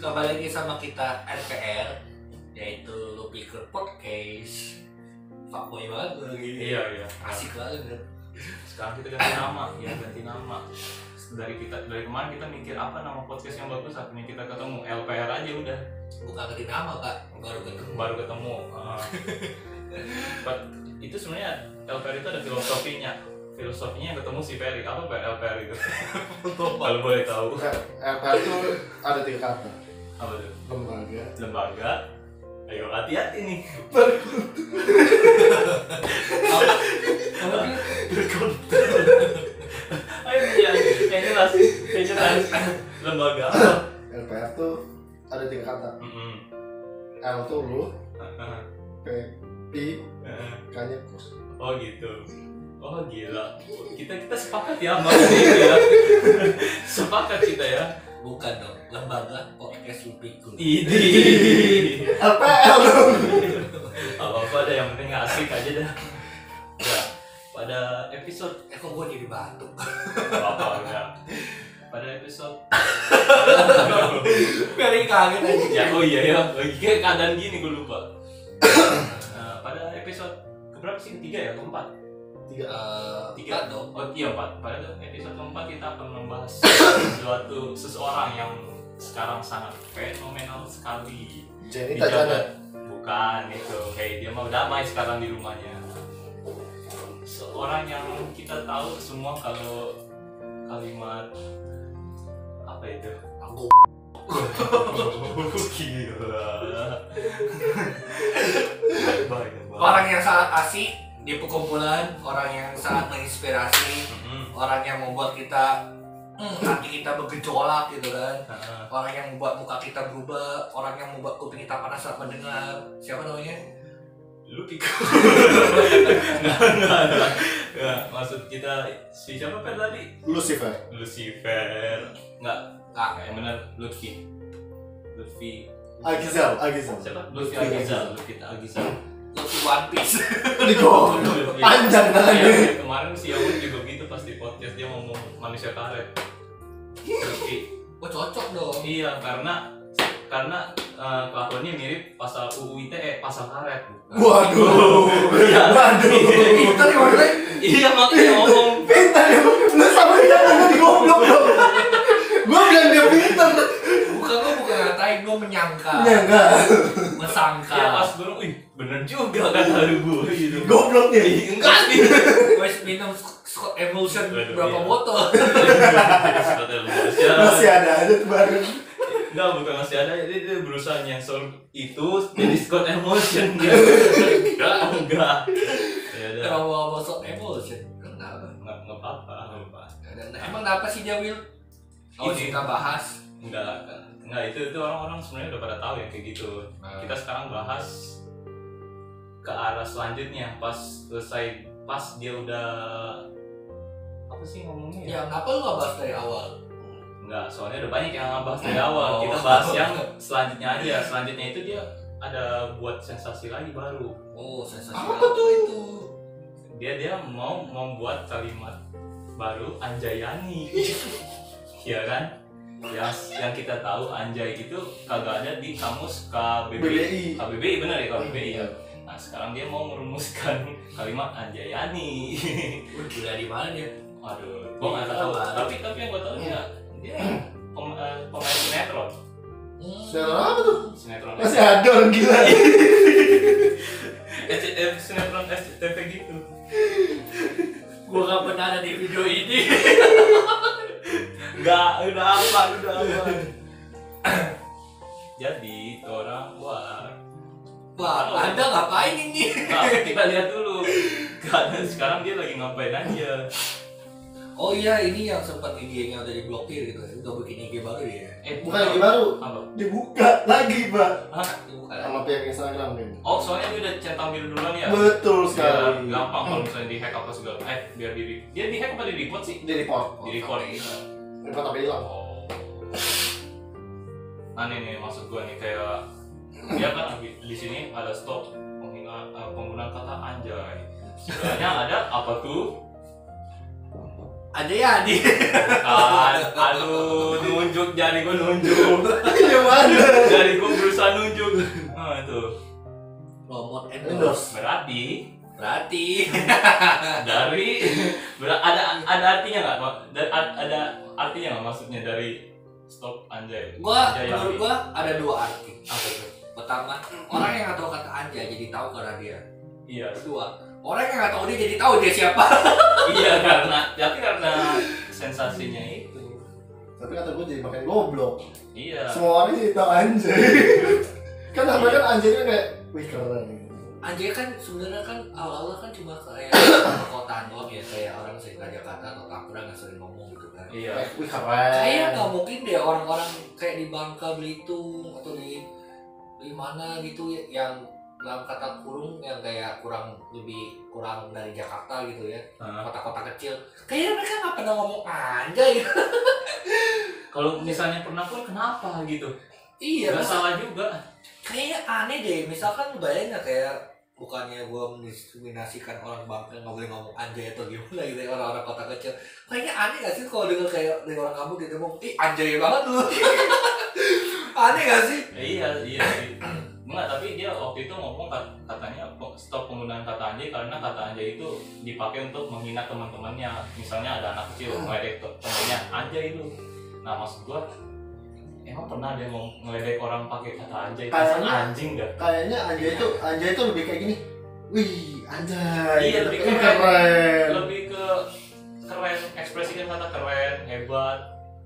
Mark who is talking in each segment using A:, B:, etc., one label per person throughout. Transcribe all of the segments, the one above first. A: kembali lagi sama kita RPR yaitu Lu Pikir Podcast Fuckboy banget lu lagi
B: Iya iya.
A: Asik banget
B: Sekarang kita ganti nama, ya ganti nama. Dari kita dari kemarin kita mikir apa nama podcast yang bagus, akhirnya kita ketemu LPR aja udah
A: Bukan ganti nama pak, baru ketemu
B: baru ketemu. Uh, but itu sebenarnya LPR itu ada filosofinya. Filosofinya yang ketemu si Ferry apa Pak LPR itu? Kalau boleh tahu
C: LPR itu ada tiga kata
B: apa tuh?
C: lembaga
B: Lembaga. Ayo hati-hati nih. Ayo ya, kayaknya nasi, kayaknya nasi. Lembaga apa?
C: LPR itu ada tiga kata
B: Mm-mm. Uh-uh.
C: L itu lu
B: Heeh.
C: P I
B: Heeh.
C: K nya kus
B: Oh gitu. Oh gila. Kita kita sepakat ya sama ini ya. sepakat kita ya.
A: Bukan dong, lembaga podcast Iya. Lu Pikir
B: Ini.
C: LPR dong
B: Apa apa ada yang penting asik aja dah. Ya. Pada episode
A: Eh kok gue jadi batuk
B: apa ya. Pada episode
A: Biarin kaget aja
B: ya oh iya ya lagi kayak keadaan gini gue lupa. Nah, pada episode keberapa sih ketiga ya keempat?
C: tiga
A: Eh,
B: Tiga.
A: Tiga dong
B: Oh iya Pak, pada episode keempat kita akan membahas suatu seseorang yang sekarang sangat fenomenal sekali.
C: Jenny
B: Dicoba-
C: Tajana
B: Bukan itu, kayak dia mau damai sekarang di rumahnya. Seorang yang kita tahu semua kalau kalimat apa itu?
A: Aku
B: Gila. Banyak banget.
A: Orang yang sangat asik di perkumpulan Orang yang sangat menginspirasi
B: Mm-mm.
A: Orang yang membuat kita hmm, Hati kita bergejolak gitu kan
B: Heeh.
A: orang yang membuat muka kita berubah, orang yang membuat kuping kita panas saat mendengar. Siapa namanya?
B: lu pikir nggak nggak nggak. Nggak, maksud kita si siapa per tadi
C: Lucifer
B: Lucifer nggak
A: Nggak.
B: nggak yang benar Lutfi Lutfi
C: Agizel Agizel
B: siapa Lutfi
C: Lutfi
B: Agizal Oh, Lutfi Agizal
A: Luffy One Piece.
C: di gol panjang tangannya
B: Ya, kemarin si Yawun juga gitu pas di podcast dia ngomong manusia karet Lutfi
A: Wah Oh, cocok dong.
B: iya karena karena eh, kelakuannya mirip pasal UU ITE E, eh, pasal karet
C: waduh
B: Iya.
C: waduh
A: Pintar ya Wanda.
B: iya makanya ngomong
C: pintar ya lu sama dia tangan di goblok dong gua bilang dia pintar
A: Bukan gue bukan ngatain, gue menyangka,
C: ya enggak
A: mesangka.
B: Iya pas gue, wih bener juga kata lu gue gitu.
C: goblok dia
B: Enggak sih.
A: Gue minum Scott Emulsion
B: Waduh,
A: berapa
B: iya.
A: botol?
B: Kata lu,
C: masih ada aja tuh baru
B: Enggak bukan masih ada, jadi dia berusaha nyensor itu jadi Scott Emotion dia. Enggak, enggak. Ya udah,
A: Kenapa ngomong Scott Emulsion? Kenapa?
B: enggak enggak apa-apa, enggak apa.
A: Nah, Emang kenapa sih dia Will? Oh,
B: Ini.
A: kita bahas.
B: Enggak, enggak itu itu orang-orang sebenarnya udah pada tahu ya kayak gitu. Kita sekarang bahas ke arah selanjutnya pas selesai pas dia udah apa sih ngomongnya
A: Ya kenapa lu nggak bahas dari awal?
B: Enggak, soalnya udah banyak yang ngebahas dari awal.
A: Oh.
B: Kita bahas yang selanjutnya aja. Selanjutnya itu dia ada buat sensasi lagi baru.
A: Oh sensasi.
C: Apa tuh?
A: itu?
B: Dia dia mau membuat kalimat baru Anjayani. Iya kan? Yang yang kita tahu Anjay itu kagak ada di kamus KBBI.
C: BDI
B: KBBI benar ya
C: Hmm.
B: KBBI ya. Nah, sekarang dia mau merumuskan kalimat Anjayani.
A: Udah dari mana dia?
B: Waduh, gua nggak tahu. Tapi tapi yang gua tahu dia dia pem- eh, pemain sinetron.
C: siapa tuh
B: Sinetron.
C: masih ada orang gila
B: SCTV sinetron SCTV gitu
A: Gua gak pernah ada di video ini.
B: Enggak, udah apa, udah apa Jadi, itu orang wah
A: Wah, Anda ngapain ini?
B: Nah, kita lihat dulu Keadaan sekarang dia lagi ngapain aja
A: Oh iya, ini yang sempat IG-nya udah diblokir gitu. Udah bikin IG baru ya.
B: Eh,
C: bukan lagi baru
B: Apa?
C: dibuka lagi pak
A: Itu bukan.
C: sama pihak Instagram kayaknya
B: Oh, soalnya dia udah centang biru duluan ya?
C: betul
B: Biar
C: sekali
B: gampang kalau misalnya di-hack apa segala Eh, biar di Dia di-hack apa di-report sih?
C: dia report
B: Di-report
C: report tapi hilang
B: Oh. Nah nih, nih maksud gua nih kayak dia kan di di sini ada stop pengguna eh, penggunaan kata anjay. Sebenarnya ada apa tuh?
A: ada ya di
B: Bukan. aduh nunjuk jari gue nunjuk
C: Iya mana?
B: jari gue berusaha nunjuk nah itu
A: promote endorse
C: Endorse.
B: berarti
A: berarti
B: dari ber- ada ada artinya nggak Pak? Da- a- ada artinya nggak maksudnya dari stop anjay
A: gua
B: Anjay
A: menurut
B: Abi.
A: gua ada ya, dua arti
B: apa itu
A: pertama orang yang nggak tahu kata anjay jadi tahu karena dia
B: iya
A: kedua orang yang nggak tahu dia jadi tahu dia siapa
B: iya karena tapi karena sensasinya itu
C: Tapi kata gue jadi makin goblok.
B: iya
C: Semua orang jadi tau anjay. kan sama kan anjay kan kayak wih keren.
A: anjay kan sebenarnya kan awal-awal kan cuma kayak perkotaan doang ya kayak orang sering ke Jakarta atau Tangerang yang sering ngomong gitu kan
B: iya
C: Kayak, Wih keren.
A: Kayaknya nggak mungkin deh orang-orang kayak di Bangka Belitung atau di di mana gitu ya, yang dalam kata kurung yang kayak kurang lebih kurang dari Jakarta gitu ya
B: Nah,
A: kota-kota kecil kayaknya mereka nggak pernah ngomong aja gitu
B: kalau misalnya pernah pun kenapa gitu
A: iya
B: nggak
A: mas
B: salah juga
A: kayaknya aneh deh misalkan bayangin nggak kayak bukannya gue mendiskriminasikan orang Bangka nggak boleh ngomong anjay atau gimana gitu ya, orang-orang kota kecil kayaknya aneh gak sih kalau denger kayak dari orang kampung gitu ngomong ih anjay banget lu aneh gak sih
B: Ya, iya iya sih. Enggak, tapi dia waktu itu ngomong kat- katanya pe- stop penggunaan kata anjay karena kata anjay itu dipakai untuk menghina teman-temannya. Misalnya ada anak kecil ngeledek te- temannya anjay itu. Nah, maksud gua emang pernah dia mau ngeledek orang pakai kata anjay? Masa
C: Kayaknya-
B: anjing dah.
C: Kayaknya anjay itu anjay itu lebih kayak gini. Wih anjay.
B: Iya, lebih
C: Wih,
B: keren.
C: keren.
B: Lebih ke keren, ekspresikan kata keren, hebat.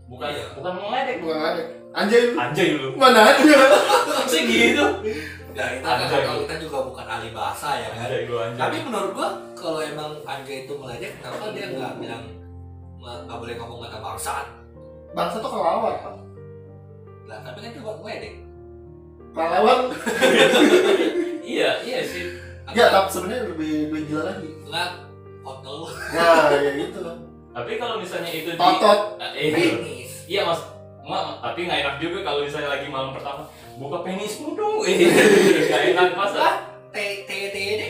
B: Bukan
A: Iya.
B: bukan ngeledek.
C: Bukan ada. Anjay lu.
B: Anjay lu.
C: Mana ada?
B: Sih gitu.
A: Ya kita kan
B: Anjay.
A: kalau kita juga bukan ahli bahasa ya kan.
B: Anjay lu anjay.
A: Tapi menurut gua kalau emang Andre itu meledek, kenapa dia nggak bilang "Ma- nggak boleh ngomong kata bangsaan?
C: Bangsa tuh kelawar. Pak.
A: Lah tapi kan juga meledek.
C: Kelawar.
B: iya, iya sih.
C: Ya tapi sebenarnya lebih lebih gila lagi.
A: Nggak kotel
C: Nah ya gitu.
B: Tapi kalau misalnya itu di
C: Otot.
B: Eh, iya.
A: penis.
B: Iya mas, Ma, tapi nggak enak juga kalau misalnya lagi malam pertama buka penismu dong, eh nggak enak masa.
A: Lah T T T ini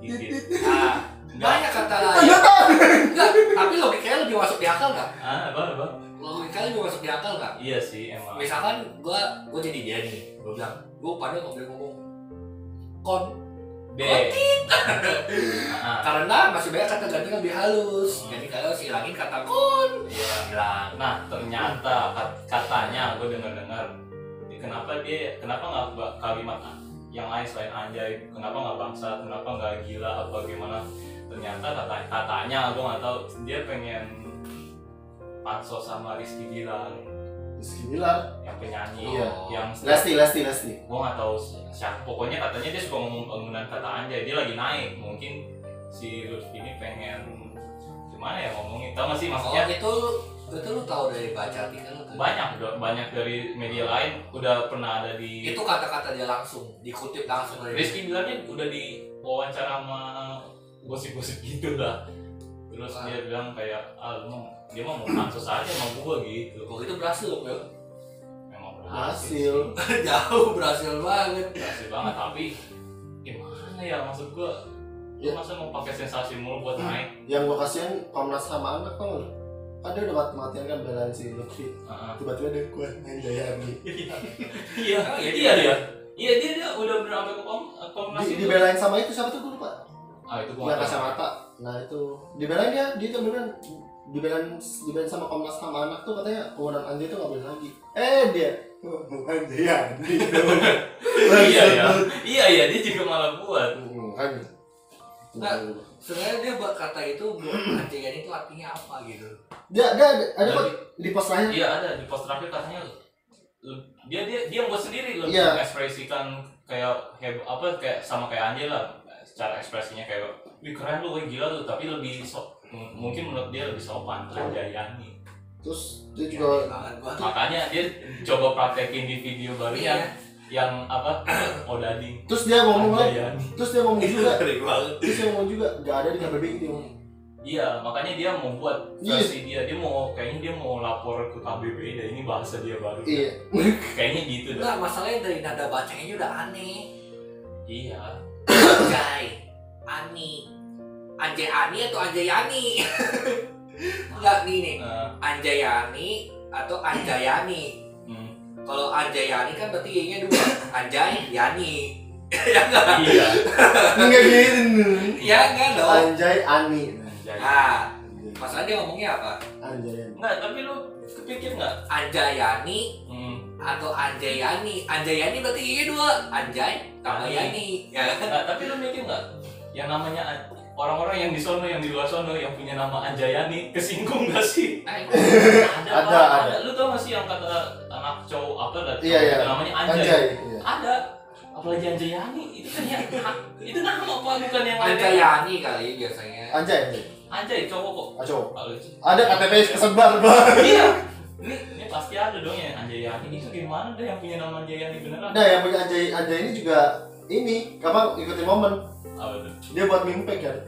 B: Gitu.
A: ah,
B: Nggak,
A: banyak kata
B: Iya.
A: lain.
C: Ternyata.
A: Nggak, tapi logikanya lebih masuk di akal nggak?
B: ah, apa apa?
A: Logikanya lebih masuk di akal nggak?
B: Iya sih emang.
A: Misalkan gua gua jadi dia nih, gua bilang gua pada nggak boleh ngomong kon
B: B. Ah,
A: karena masih banyak kata ganti yang lebih halus.
B: Hmm.
A: Jadi kalau harus hilangin kata kon
B: Iya.
A: hilang.
B: Nah ternyata kat- katanya gue dengar dengar, kenapa dia kenapa nggak ba- kalimat a- yang lain selain anjay, kenapa nggak bangsa, kenapa nggak gila apa gimana? Ternyata kata katanya gue nggak tahu dia pengen Patso sama Rizky Gilang
C: Bismillah.
B: yang penyanyi
C: Iya.
B: yang
C: Lesti lesti lesti.
B: gue nggak tahu siapa pokoknya katanya dia suka ngomong penggunaan kata anjay dia lagi naik mungkin si Lutfi ini pengen gimana ya ngomongin tau gak sih
A: Oh
B: maksudnya
A: itu itu lu tahu dari baca artikel tuh.
B: banyak udah- banyak dari media lain udah pernah ada di
A: Itu kata-kata dia langsung dikutip langsung dari.
B: Rizky bilangnya udah di wawancara sama gosip-gosip gitu lah terus
A: Ah.
B: dia bilang kayak ah lu mah- dia mah mau pansos aja sama gue gitu
A: Kok itu berhasil loh, Bel?
B: memang
C: Hasil.
B: berhasil
A: Jauh berhasil banget.
B: berhasil banget tapi gimana ya maksud gue lu
C: Ya.
B: masa mau pakai sensasi mulu buat
C: Hmm.
B: naik
C: yang gue kasihan komnas sama anak kan kan dia udah mati-matian kan belain si Lutfi
B: Ah.
C: tiba-tiba dia kuat main daya abdi
B: iya
A: Oh, iya,
B: iya dia iya dia, dia udah bener sampai ke kom komnas
C: di,
B: itu
C: dibelain sama itu siapa tuh gue lupa
B: ah itu gua
C: yang
B: nggak tahu
C: kacamata nah itu dibelain dia dia tuh beneran dibelain dibelain sama komnas sama anak tuh katanya kewenangan anjay tuh nggak boleh lagi eh dia bukan dia Andi dong.
B: iya ya iya iya dia juga malah buat
C: Hmm, kan
A: Nah. Sebenarnya dia buat kata itu buat anjingan itu artinya apa gitu.
C: dia dia ada, ada kok
B: Jadi,
C: di pos lain
B: iya ada di post terakhir katanya le- dia dia dia buat sendiri lebih
C: Iya.
B: mengekspresikan kayak hebo- apa kayak sama kayak Angel lah secara ekspresinya kayak wih keren lu wih gila lu tapi lebih so- m- mungkin menurut dia lebih sopan Anjayani
C: terus dia
A: Aneh Iya,
C: juga
A: banget gua.
B: makanya dia coba praktekin di video
A: Iya.
B: barunya yang apa oh, odading
C: terus dia ngomong lagi
B: Anjayani
C: terus dia ngomong
A: Itu
C: juga
A: ngeri banget.
C: terus dia ngomong juga nggak ada di gitu KBBI itu
B: Iya, makanya dia mau buat
C: Iya.
B: versi dia. Dia mau kayaknya dia mau lapor ke KBBI dan ini bahasa dia baru.
C: iya
B: Kayaknya gitu dah.
A: Enggak, masalahnya dari nada bacanya udah aneh.
B: Iya.
A: Anjay, ani. Anjay ani atau anjay ani? Enggak gini,
B: Eh,
A: Anjayani atau Anjayani.
B: hmm.
A: Kalau Anjayani kan berarti Y-nya dua, Anjay Yani. ya enggak?
B: iya
C: Enggak gitu.
A: Ya enggak dong.
C: Anjay Ani.
B: Anjay.
A: Nah, masalah dia ngomongnya apa?
C: Anjay Ani.
B: nggak tapi lu kepikir nggak
A: Anjayani
B: hmm.
A: atau Anjayani. Anjayani berarti Y-nya dua, Anjay tambah Yani. Ya kan?
B: nggak tapi lu mikir nggak yang namanya An- orang-orang yang di sono yang di luar sono yang punya nama Anjayani kesinggung gak sih
A: Eh,
B: ada
C: Ada,
B: Pak,
C: ada.
B: lu tau gak sih yang kata anak cowok apa dan
C: Iya, iya.
B: namanya Anjay
C: Anjay. Iya.
B: ada apalagi Anjayani itu kan ya itu nama apa bukan yang lain.
A: Anjayani kali biasanya.
C: Anjay. Anjay.
B: Anjay cowok kok
C: Aco.
B: kalau itu
C: Ada KTP kesebar, Bang.
B: iya ini ini pasti ada dong ya Anjayani itu gimana deh yang punya nama Anjayani beneran
C: Nah, yang punya Anjay Anjay ini juga ini apa ikutin momen
B: apa tuh
C: dia buat mimpi kan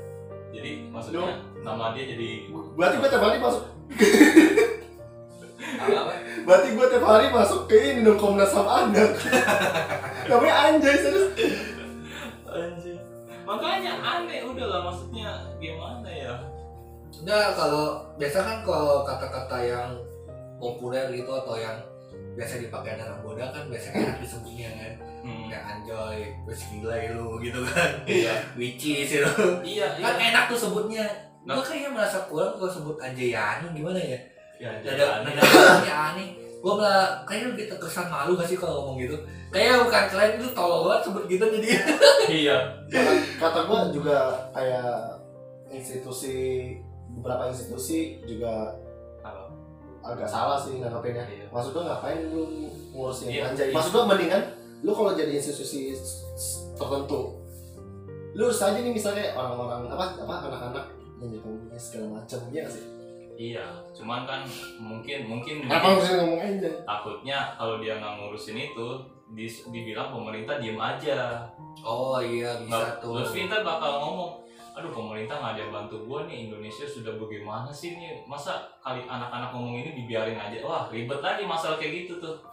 B: jadi maksudnya nama dia jadi
C: berarti gue tiap hari masuk
A: Apa apa?
C: berarti gue tiap hari masuk ke ini dong komnas ham anak namanya anjay serius
B: Anjay makanya aneh udah lah maksudnya gimana ya
A: Nah, kalau biasa kan kalau kata-kata yang populer gitu atau yang biasa dipakai anak muda kan biasanya kan disebutnya kan
B: hmm.
A: kayak anjoy, wes gila lu gitu kan,
B: iya
A: witches gitu.
B: iya iya
A: Kan enak tuh sebutnya.
B: Nah.
A: Gue kayaknya merasa kurang kalau sebut anjayani gimana ya?
B: Ya,
A: Dada
B: Anjayani.
A: dada aneh aneh. Gue malah kayaknya lebih terkesan malu gak sih kalau ngomong gitu. Kayaknya bukan kalian itu tolol banget sebut gitu jadi.
B: iya
C: kata gue juga kayak institusi beberapa institusi juga
B: Apa?
C: agak salah sih nanggapinnya
B: Iya.
C: maksud gue ngapain lu ngurusin
B: Iya,
C: anjay
B: iya.
C: maksud gue mendingan lu kalau jadi institusi s- s- tertentu lu harus aja nih misalnya orang-orang apa apa anak-anak yang jatuh segala macam ya nggak sih
B: iya cuman kan mungkin mungkin
C: apa ngurusin ngomong gitu? anjay
B: takutnya kalau dia nggak ngurusin itu dis- dibilang pemerintah diem aja
A: Oh iya bisa
B: nggak
A: tuh.
B: terus pintar bakal ngomong aduh pemerintah nggak ada yang bantu gua nih Indonesia sudah bagaimana sih nih masa kali anak-anak ngomong ini dibiarin aja wah ribet lagi masalah kayak gitu tuh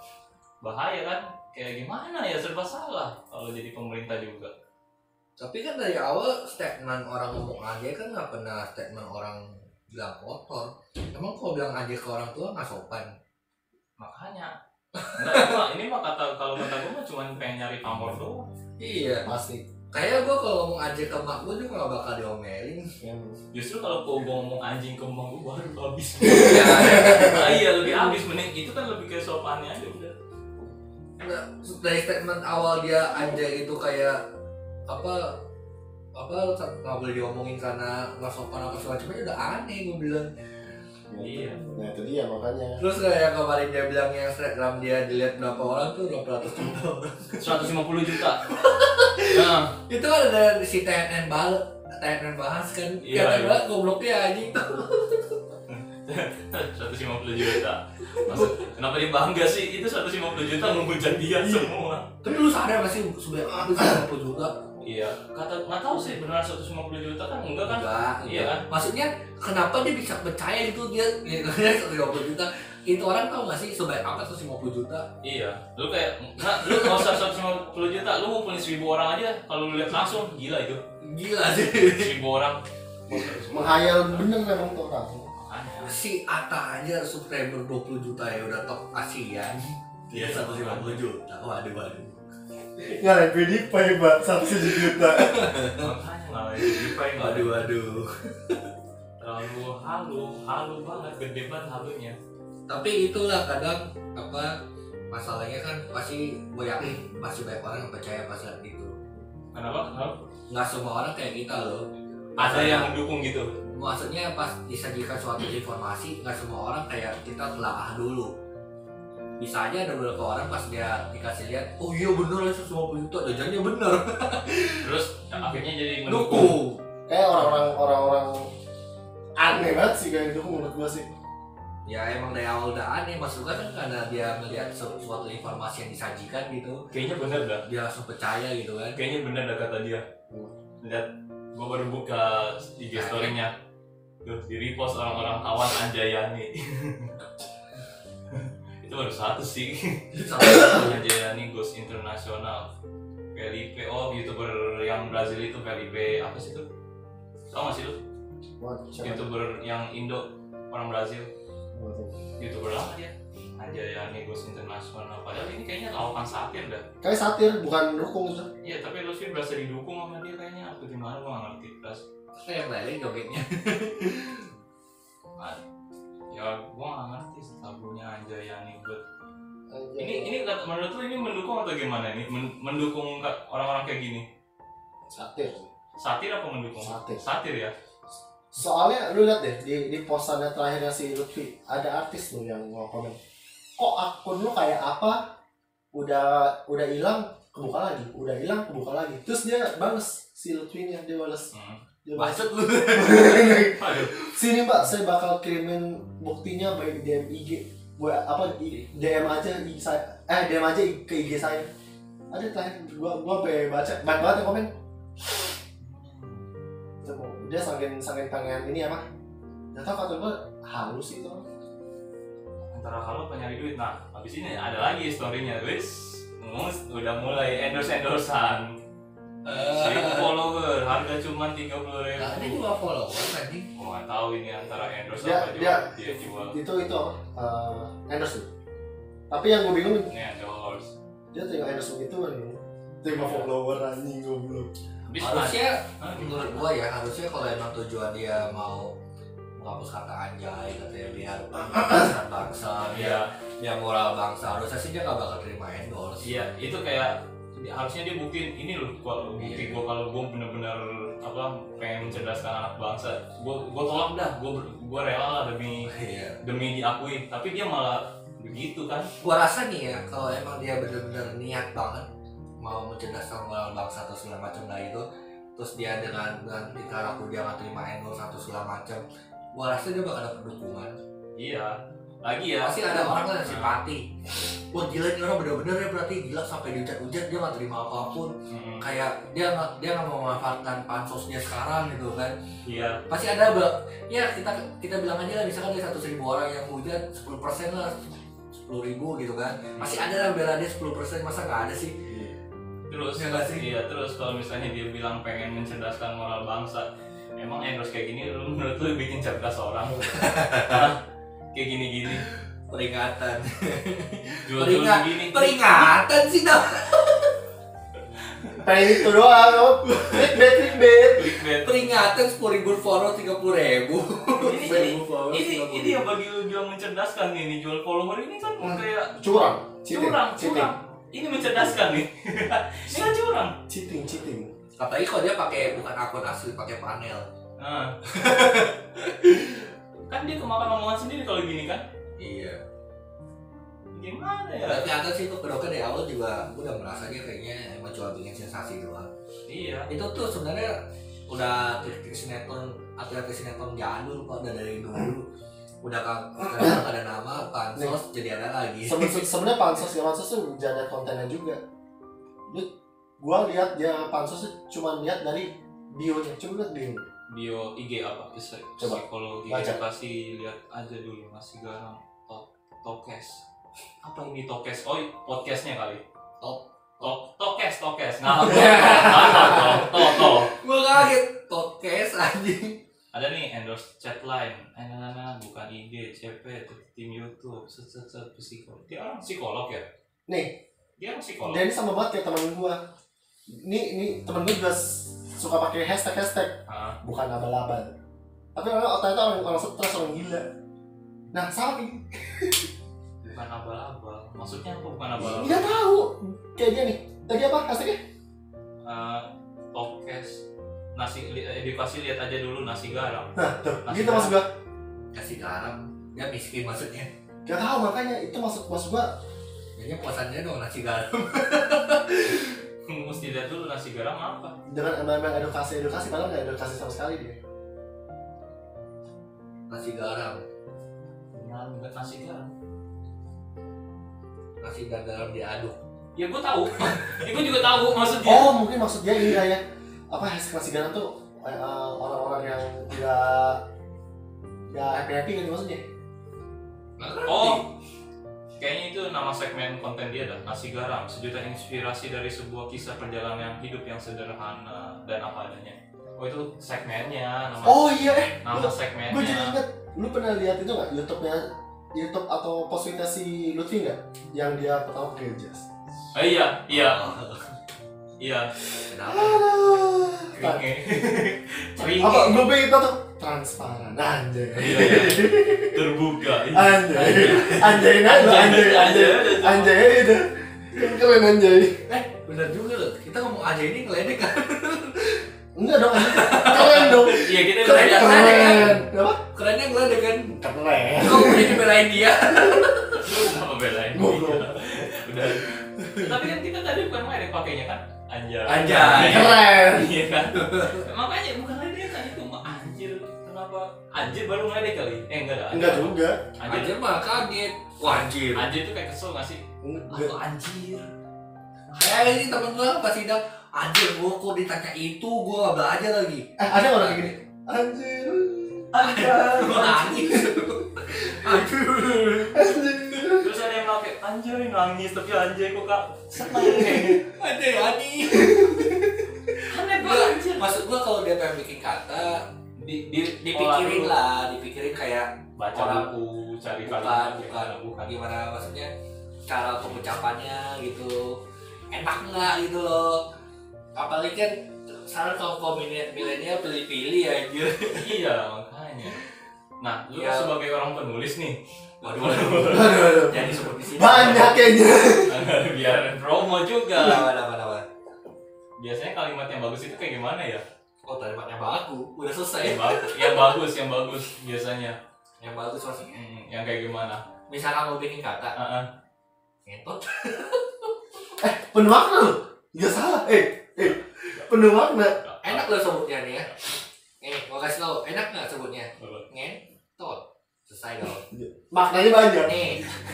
B: bahaya kan kayak gimana ya serba salah kalau jadi pemerintah juga
A: Tapi kan dari awal statement orang ngomong aja kan nggak pernah statement orang bilang kotor. Emang kalau bilang aja ke orang tua nggak sopan.
B: makanya Nggak, ini mah- ini mah kata kalau kata gua mah cuma pengen nyari pamor doang
A: Iya.
C: pasti
A: Kayak gue kalau ngomong aja ke mak gue juga nggak bakal diomelin.
C: yang
B: justru kalau gua ngomong anjing ke emak gua baru habis
A: Iya.
B: Ah, iya lebih habis mending itu kan lebih ke sopannya aja udah
A: Nah, dari statement awal dia aja itu kayak apa apa nggak boleh diomongin karena nggak sopan apa segala macamnya udah aneh gue bilang.
B: Iya.
C: nah itu dia makanya
A: Terus kayak kemarin dia bilang yang Instagram dia dilihat berapa orang tuh 200 juta orang.
B: Iya. 150 juta nah
A: Itu kan ada si TNN bal TNN bahas kan.
B: Iya,
A: Kata
B: iya.
A: gua, gobloknya anjing.
B: 150 juta Maksud, kenapa dia bangga sih itu 150 juta menghujat dia semua
A: Tapi lu sadar gak sih sebenarnya aku sadar pun juga?
B: iya kata nggak tahu sih benar 150 juta kan enggak kan
A: Enggak.
B: Iya
A: enggak.
B: kan?
A: Maksudnya kenapa dia bisa percaya itu dia dia 150 juta? Itu orang tau gak sih sebanyak apa 150 juta?
B: iya lu kayak nggak lu nggak usah 150 juta lu ngumpulin 1000 orang aja kalau lu lihat langsung gila itu
A: Gila sih.
B: 1000 orang
C: menghayal bener memang tuh orang
B: Makanya.
A: Si Atta aja subscriber 20 juta ya udah top Asia. Dia 150 juta. Waduh waduh.
C: nggak ada PewDiePie Ya, mbak satu juta
B: makanya nggak lagi dipakai nggak ada
A: Waduh waduh.
B: terlalu halu halu banget gede banget halunya
A: tapi itulah kadang apa masalahnya kan pasti gue yakin masih banyak orang yang percaya pasal itu
B: kenapa kenapa
A: nggak semua orang kayak kita loh
B: ada yang mendukung gitu
A: maksudnya pas disajikan suatu informasi nggak semua orang kayak kita telah dulu bisa aja ada beberapa orang pas dia dikasih lihat oh iya bener lah 150 juta jajannya bener
B: terus akhirnya jadi mendukung
A: dukung
C: kayak orang-orang orang-orang aneh banget sih kayak itu menurut gua sih
A: ya emang dari awal udah aneh maksudnya kan karena dia melihat su- suatu informasi yang disajikan gitu
B: kayaknya bener dah
A: dia langsung percaya gitu kan
B: kayaknya bener dah kata dia lihat gua baru buka IG story-nya tuh di repost orang-orang kawan Anjayani itu baru satu sih
A: Sama-
B: Anjayani Ghost Internasional Felipe oh youtuber yang Brazil itu Felipe apa sih tuh tau gak sih lu
C: Wah, siapa?
B: youtuber yang Indo orang Brazil youtuber lama dia Anjaya Negos Internasional padahal ini kayaknya lawakan satir dah
C: Kayak satir bukan dukung sih.
B: Iya tapi Lutfi berasa didukung sama dia kayaknya Atau gimana gue gak ngerti Terus
A: Kayak balik jogetnya.
B: ya gue gak ngerti sih tabunya Anjaya Negos
C: Iya,
B: Ini ini kata- menurut lu ini mendukung atau gimana ini? Men- mendukung nggak orang-orang kayak gini?
C: satir.
B: Satir apa mendukung?
C: Satir.
B: Satir ya?
C: Soalnya lu lihat deh di di postannya terakhirnya si Lutfi ada artis lu yang mau komen. Kok akun lu kayak apa? Udah udah hilang kebuka lagi, udah hilang kebuka lagi. Terus dia bales si Lutfi nya dia bales.
B: Hmm.
C: Dia bales.
A: Maksud lu.
B: Aduh.
C: Sini Mbak, saya bakal kirimin buktinya by DM IG. Buat apa I- DM aja IG saya. Eh, DM aja I- ke IG saya. Ada terakhir gua gua sampai baca banyak banget yang komen. Coba, dia saking saking pengen ini apa? Gak tau kata gua halus sih itu.
B: Antara kalau penyari duit. Nah, habis ini ada lagi storynya, Wis. Ngus udah mulai endorse endorsean. Seribu follower, harga cuma tiga puluh
A: Nah, ini
B: ribu.
A: juga follower anjing.
B: Gue nggak tahu ini antara endorse
C: Dia-
B: apa jual.
C: dia-
B: dia jual.
C: Itu itu apa? Eh, endorse tuh. Tapi yang gua bingung
B: Ini endorse.
C: dia terima endorse gitu kan. Terima follower anjing goblok.
B: Habis ada.
A: Harusnya
B: Hah, gimana?
A: menurut gua ya harusnya kalau emang tujuan dia mau menghapus kata anjay katanya biar bangsa bangsa biar
B: Iya,
A: biar moral bangsa harusnya sih dia nggak bakal terima endorse
B: Iya, itu kayak harusnya dia buktiin ini loh kalau
A: Iya.
B: bukti gue kalau gue bener-bener apa pengen mencerdaskan anak bangsa gue gue tolak dah gue gue rela lah demi
A: iya
B: demi diakui tapi dia malah begitu kan
A: gua rasa nih ya kalau emang dia bener-bener niat banget mau mencerdaskan moral bangsa atau segala macam lah itu terus dia dengan dengan tingkah laku dia nggak terima endorse atau segala macam gua rasa dia bakal dapat dukungan
B: iya lagi ya
A: pasti ada orang lah yang
B: Nah,
A: simpati wah gila ini orang bener-bener ya berarti gila sampai diujat-ujat dia nggak terima apapun
B: mm,
A: kayak dia nggak dia nggak mau memanfaatkan pansosnya sekarang gitu kan
B: iya
A: pasti ada bak ya kita kita bilang aja lah misalkan dari satu ribu orang yang hujan 10% lah sepuluh ribu gitu kan masih ada lah bela dia 10% masa nggak ada sih
B: terus
A: Iya nggak sih?
B: iya terus kalau misalnya dia bilang pengen mencerdaskan moral bangsa emang endorse kayak gini lu menurut lu bikin cerdas orang Hah? kayak gini-gini
A: peringatan
B: jual-jual
A: Peringat-
B: begini
A: peringatan sih dong
C: Pengen itu doang. Clickbait clickbait.
B: clickbait
A: peringatan sepuluh ribu follow tiga puluh ribu
B: Ini- ini- ini ini yang bagi lu bilang mencerdaskan nih, nih jual follower ini kan
C: Hmm.
B: kayak
C: curang. Cheating.
B: curang
C: Cheating.
B: curang ini mencerdaskan nih ini kan curang
C: Cheating, cheating.
A: apalagi kalau dia pakai bukan akun asli pakai panel
B: nah. kan dia kemakan omongan sendiri kalau gini kan
A: iya
B: gimana ya
A: tapi atas sih itu kedokter dari awal juga gue udah merasa dia kayaknya emang cuma bikin sensasi doang
B: iya
A: itu tuh sebenarnya udah trik-trik sinetron atlet sinetron jadul kok udah dari dulu udah kan udah ada nama pansos jadi ada lagi
C: Seben- se- Sebenarnya pansos ya pansos tuh jadi kontennya juga. Dia, gua lihat dia pansos tuh cuma lihat dari bio-nya, cuma lihat bio.
B: bio IG apa Psik-
C: Coba,
B: psikologi
C: baca.
B: edukasi lihat aja dulu masih garam Tok- tokes apa ini tokes oh podcastnya kali tok tok tokes tokes nah tok tok tok
A: gue kaget podcast anjing
B: ada nih endorse chat line eh nah, nah, nah, bukan IG CP tim YouTube set set set psikolog dia orang psikolog ya
C: Nih.
B: dia orang psikolog
C: Dia ini sama banget kayak teman gua. Ini ini teman gua juga s- suka pakai hashtag hashtag
B: Ah,
C: bukan laba-laba. Tapi orang otaknya tuh orang, orang stres orang gila. Nah sapi
B: bukan abal-abal maksudnya apa
C: Iya.
B: bukan abal-abal
C: nggak tahu kayak dia nih. Tadi apa hashtagnya?
B: Eh, tokes nasi li- eh, edukasi lihat aja dulu nasi garam
C: Nah tuh
B: Masih
C: gitu maksud gua.
A: kasih garam ya miskin maksudnya
C: Gak tahu makanya itu maksud maksud gua
A: jadinya puasannya dong nasi garam
B: mesti lihat dulu nasi garam apa
C: dengan elemen edukasi edukasi padahal nggak edukasi sama sekali dia.
A: nasi garam
B: Nah, bukan nasi garam.
A: nasi dan garam diaduk
B: Ya gue tahu. ya gue juga tahu maksudnya.
C: Oh mungkin maksud dia ini ya apa hashtag nasi garam tuh eh, eh, orang-orang yang tidak nggak happy happy kan maksudnya
B: Oh. Kayaknya itu nama segmen konten dia dah, nasi garam, sejuta inspirasi dari sebuah kisah perjalanan hidup yang sederhana dan apa adanya. Oh itu segmennya, nama,
C: oh iya eh
B: nama
C: gue juga Iya.
B: segmennya.
C: inget lu pernah lihat itu nggak YouTube-nya YouTube atau postingnya si Lutfi nggak yang dia pertama pakai jas
B: Ah, iya iya iya
A: Oh, Kenapa?
C: Aduh. Nah,
B: keringe keringe
C: apa gue pengen tahu tuh transparan anjay
B: Iya, terbuka
C: anjay anjayin aja anjay anjay anjay eh, itu Keren- keren anjay
A: Eh, bener juga loh. Kita ngomong aja ini ngeledek kan?
C: enggak dong anjay. keren dong
B: iya kita
A: Keren,
B: belajar
A: keren.
C: keren apa
A: Kerennya ngeledek kan?
C: keren
A: Kok jadi belain dia?
B: sama belain
C: Goblok.
B: udah tapi kan kita tadi bukan merek pakainya kan anjay
A: Anjay.
C: keren
B: iya kan makanya bukan ledek kan itu mah anjir kenapa anjir baru ledek kali eh enggak ada
C: enggak juga
B: anjir
A: Anjir mah kaget. Wah anjir.
B: anjir tuh kayak kesel nggak sih
C: enggak
B: aku anjir
A: Kayak ini temen gua pas sidang. Anjir gua kok ditanya itu gua gak belajar lagi.
C: eh ada orang kayak gini anjir
A: Gua nangis. Anjir.
C: anjir
B: terus ada yang pakai anjay nangis tapi anjay kok kak seneng nih
A: Anjir anjir.
B: aneh banget
A: Gua-
B: anjir
A: Maksud gua kalau dia pengen bikin kata
B: di, di,
A: dipikirin
B: olah
A: lah, dipikirin kayak
B: dulu. baca
A: Orang-
B: buku cari
A: bukan
B: kalimat
A: bukan
B: bukan bukan
A: gimana maksudnya cara pengucapannya gitu enak nggak gitu loh apalagi kan sekarang kalau kaum mile- milenial pilih-pilih aja
B: iya makanya nah lu
A: Ya.
B: sebagai orang penulis nih
A: Waduh,
C: aduh aduh
A: jadi seperti sini
C: banyak kayaknya
B: biar promo juga
A: apa apa apa
B: biasanya kalimat yang bagus itu kayak gimana ya
A: oh tadi pak nembak aku udah
B: yang
A: selesai
B: bagus yang bagus yang bagus biasanya
A: yang bagus maksudnya
B: Hmm, yang kayak gimana
A: misalnya mau bikin kata
B: Heeh.
A: ngentot
C: penuh makna loh nggak salah eh eh penuh makna
B: Uh-uh.
A: enak loh sebutnya nih ya eh gua kasih tau enak nggak sebutnya ngentot selesai dong
C: maknanya banyak
A: nih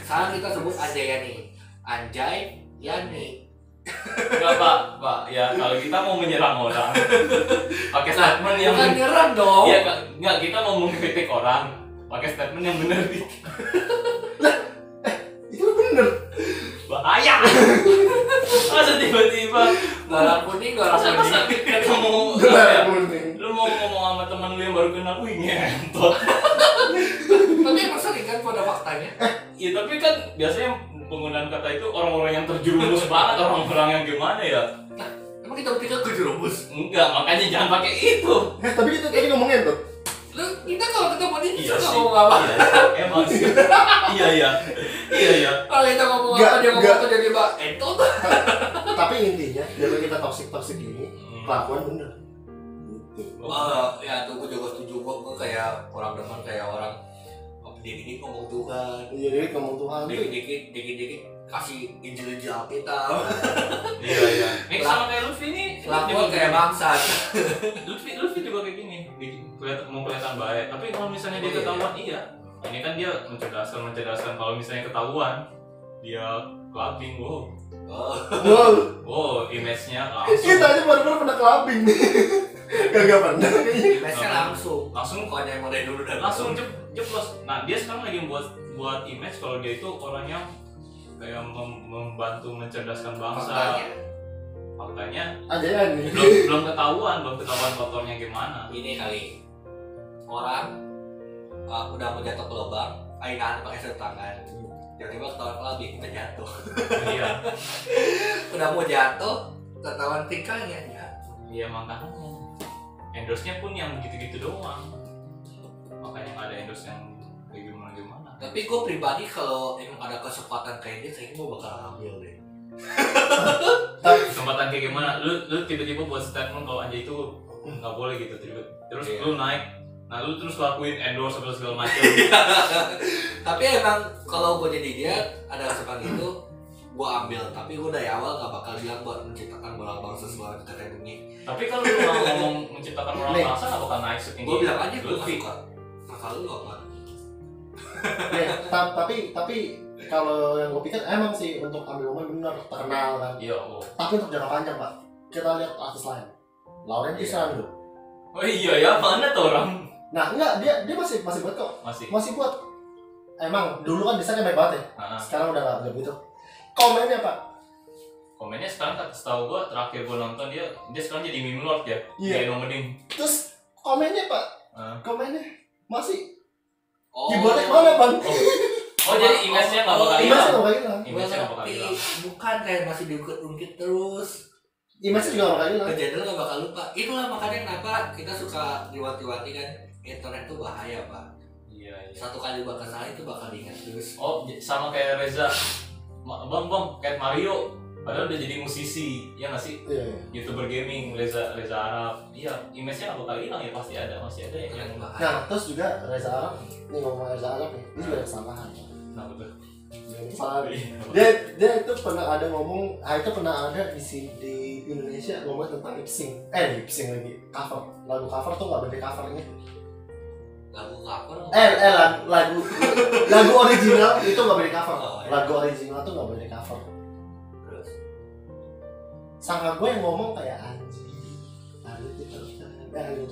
A: sekarang kita sebut anjay yani anjay yani
B: Enggak, Pak. Pak, ya kalau kita mau menyerang orang pakai
A: Nah,
B: statement yang
A: bukan nyerang dong
B: Iya, Kak. enggak kita mau mengkritik orang pakai statement yang benar nih.
C: itu bener
B: Bahaya. Masa tiba-tiba
A: Galang kuning, galang
B: masa masa
A: kuning.
B: ketemu
C: bener kuning
B: ya, lu mau ngomong sama teman lu yang baru kenal, wih ngentot.
A: Tapi emang sering kan pada faktanya.
B: Ya tapi kan biasanya penggunaan kata itu orang-orang yang terjerumus banget, orang-orang yang gimana ya?
A: Emang kita bertiga kejerumus.
B: Enggak, makanya jangan pakai itu.
C: eh tapi itu tadi ngomongin tuh
A: Lu kita kalau ketemu di kita
B: Iya sih.
A: ngomong apa?
B: Iya, emang sih. Iya, iya. Iya, iya.
A: Kalau kita ngomong
C: Nggak,
A: apa dia ngomong
C: nggak.
A: apa jadi bak. Eh, itu tuh.
C: tapi intinya daripada kita toxic toxic gini kelakuan bener Gitu.
B: Hmm,
A: ya tuh gue juga setuju gue gue kayak orang depan kayak orang dikit-dikit ngomong Tuhan,
C: iya jadi ngomong Tuhan tuh
A: dikit-dikit dikit-dikit kasih injil-injil Alkitab,
B: Iya, iya. Mix sama kayak Lutfi ini,
A: lakukan kayak bangsa.
B: Lutfi, Lutfi juga kayak gini, bikin- kelihatan mau kelihatan baik. Tapi kalau misalnya dia
A: Iya.
B: ketahuan, iya. Ini kan dia mencerdaskan, mencerdaskan. Kalau misalnya ketahuan, dia clubbing, wow,
A: Oh,
C: wow
B: wow, image-nya langsung,
C: kita aja baru-baru pernah kelabing nih kagak pernah kayaknya
A: Image-nya langsung.
B: langsung,
A: Pokoknya emang dari dulu dan
B: langsung jeb- jeblos. Nah, dia sekarang lagi buat buat image kalau dia itu orangnya kayak mem- membantu mencerdaskan bangsa.
A: faktanya.
B: Faktanya
C: aja ya, nih
B: belum belum ketahuan belum ketahuan kotornya gimana
A: ini kali orang uh, udah mau jatuh ke lubang ainan pakai satu tangan tiba-tiba ketahuan lagi kita jatuh
B: iya
A: udah mau jatuh ketahuan tingkahnya ya
B: iya makanya endorse nya pun yang gitu gitu doang makanya nggak ada endorse yang kayak gimana gimana
A: tapi gue pribadi kalau emang ada kesempatan kayak ini kayaknya gue bakal ambil deh
B: kesempatan kayak gimana lu lu tiba tiba buat statement kalau anjay itu nggak boleh gitu tiba terus
A: Iya.
B: lu naik nah lu terus lakuin endorse segala segala macam
A: tapi emang kalau gue jadi dia ada kesempatan itu gue ambil tapi gue dari awal gak bakal bilang buat menciptakan bola bangsa sebuah negara ini
B: tapi kalau lu nggak ngomong menciptakan orang
C: Nih.
B: bangsa nggak bakal naik setinggi
A: gue bilang aja gue
B: Lutfi.
A: suka maka lu apa
C: Ya, ta- tapi tapi kalau yang gue pikir emang sih untuk ambil momen benar terkenal kan
B: iya oh.
C: tapi untuk jangka panjang pak kita lihat artis lain Lauren
A: Iya.
C: Kisran
B: oh iya ya mana tuh orang
C: nah enggak dia dia masih masih buat kok
B: masih
C: masih buat emang dulu kan desainnya baik banget ya
B: Nah,
C: sekarang udah nggak udah gitu komennya pak
B: komennya sekarang kata setahu gua terakhir gua nonton dia dia sekarang jadi meme lord ya dia
C: Iya.
B: nomenin
C: terus komennya pak
B: Hah?
C: komennya masih
A: Oh.
C: Keyboardnya kemana bang?
B: Oh jadi image-nya nggak bakal
C: Image
B: hilang.
C: nggak bakal hilang.
B: Image-nya nggak bakal
A: Tapi
B: hilang.
A: bukan kayak masih diungkit-ungkit terus.
C: Image juga gitu, nggak bakal hilang.
A: kejadian gak bakal lupa itulah makanya kenapa kita suka diwanti-wanti kan internet tuh bahaya pak
B: Iya iya.
A: satu kali bakal salah itu bakal diingat terus
B: Oh j- sama kayak Reza. Ma- Bang bang kayak Mario. Padahal udah jadi musisi ya nggak sih?
C: Iya. iya.
B: Youtuber gaming Reza Reza Arab. Iya image-nya nggak bakal hilang ya pasti ada masih ada yang yang
A: Internet bahaya
C: Nah terus juga Reza Arab, nih ngomong Reza Arab nih, ini juga ada kesalahan.
B: nah betul.
C: Dia kesalahan. Dia dia itu pernah ada ngomong, ah itu pernah ada di si- di Indonesia ngomong tentang lipsing, eh lipsing lagi cover, lagu cover tuh nggak beda covernya.
A: lagu cover
C: Eh eh lagu lagu, lagu original itu nggak beda cover,
A: Oh, iya.
C: lagu original tuh nggak beda cover.
A: terus
C: sangka gue yang ngomong kayak anjing lalu kita dari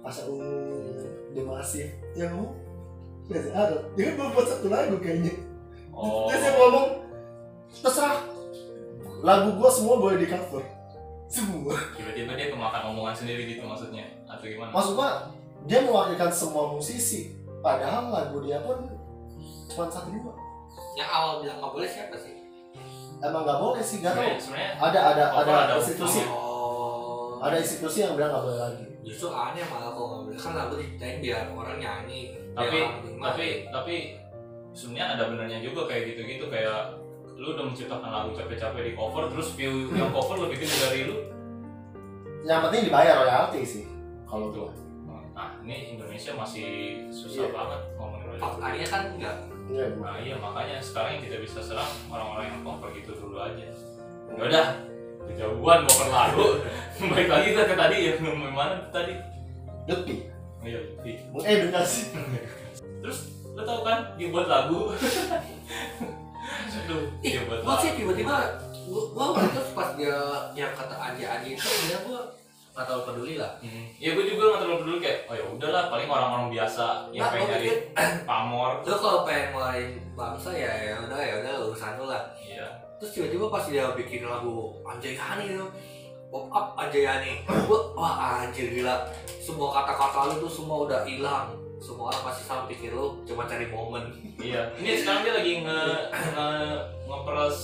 C: masa ungu demasif yang ya, ngomong Reza Arab dia kan baru buat satu lagu kayaknya
B: Oh.
C: terus dia ngomong terserah lagu gue semua boleh di cover semua
B: Tiba-tiba dia kemakan omongan sendiri gitu maksudnya atau gimana?
C: maksud gue dia mewakilkan semua musisi padahal lagu dia pun cuma satu dua
A: yang awal bilang nggak boleh siapa sih
C: emang nggak boleh sih gak tau
B: Sebenarnya- sebenarnya
C: ada ada ada,
B: Cover Iya, ada
C: institusi
A: oh
C: ada institusi yang bilang nggak boleh lagi
A: justru aneh malah kok nggak boleh kan lagu diciptain biar orang nyanyi biar
B: Tapi-
A: orang dengar.
B: tapi tapi sebenarnya ada benernya juga kayak gitu-gitu kayak lu udah menciptakan lagu capek-capek di cover terus view yang cover lebih gede dari lu
C: yang penting dibayar royalti sih kalau gue
B: nah ini Indonesia masih susah
C: Iya.
B: banget ngomongin royalti.
A: faktanya kan enggak
C: Iya,
B: nah iya makanya sekarang yang kita bisa serang orang-orang yang cover gitu dulu aja ya udah kejauhan cover lagu baik lagi kita ke tadi ya gimana tadi
C: Depi.
B: iya di-
C: Eh, Mengedukasi.
B: terus lu tau kan dia buat lagu aduh dia buat
A: gua sih
B: lagu
A: tiba-tiba gua gua waktu itu pas dia yang kata aja-aja itu sebenarnya gua nggak terlalu peduli lah
B: Hmm. Ya gue juga nggak terlalu peduli kayak, oh ya udahlah paling orang-orang biasa yang
A: Nah,
B: pengen
A: gua
B: nyari
A: pikir
B: pamor.
A: lo kalau pengen ngeluarin bangsa ya ya udah ya udah urusan lo lah
B: Iya.
A: terus tiba-tiba pas dia bikin lagu Anjay Hani itu pop up Anjay Hani gua wah anjir gila semua kata-kata lu tuh semua udah hilang semua orang pasti sama pikir lu cuma cari momen
B: Iya. Ini sekarang dia lagi nge nge ngeperas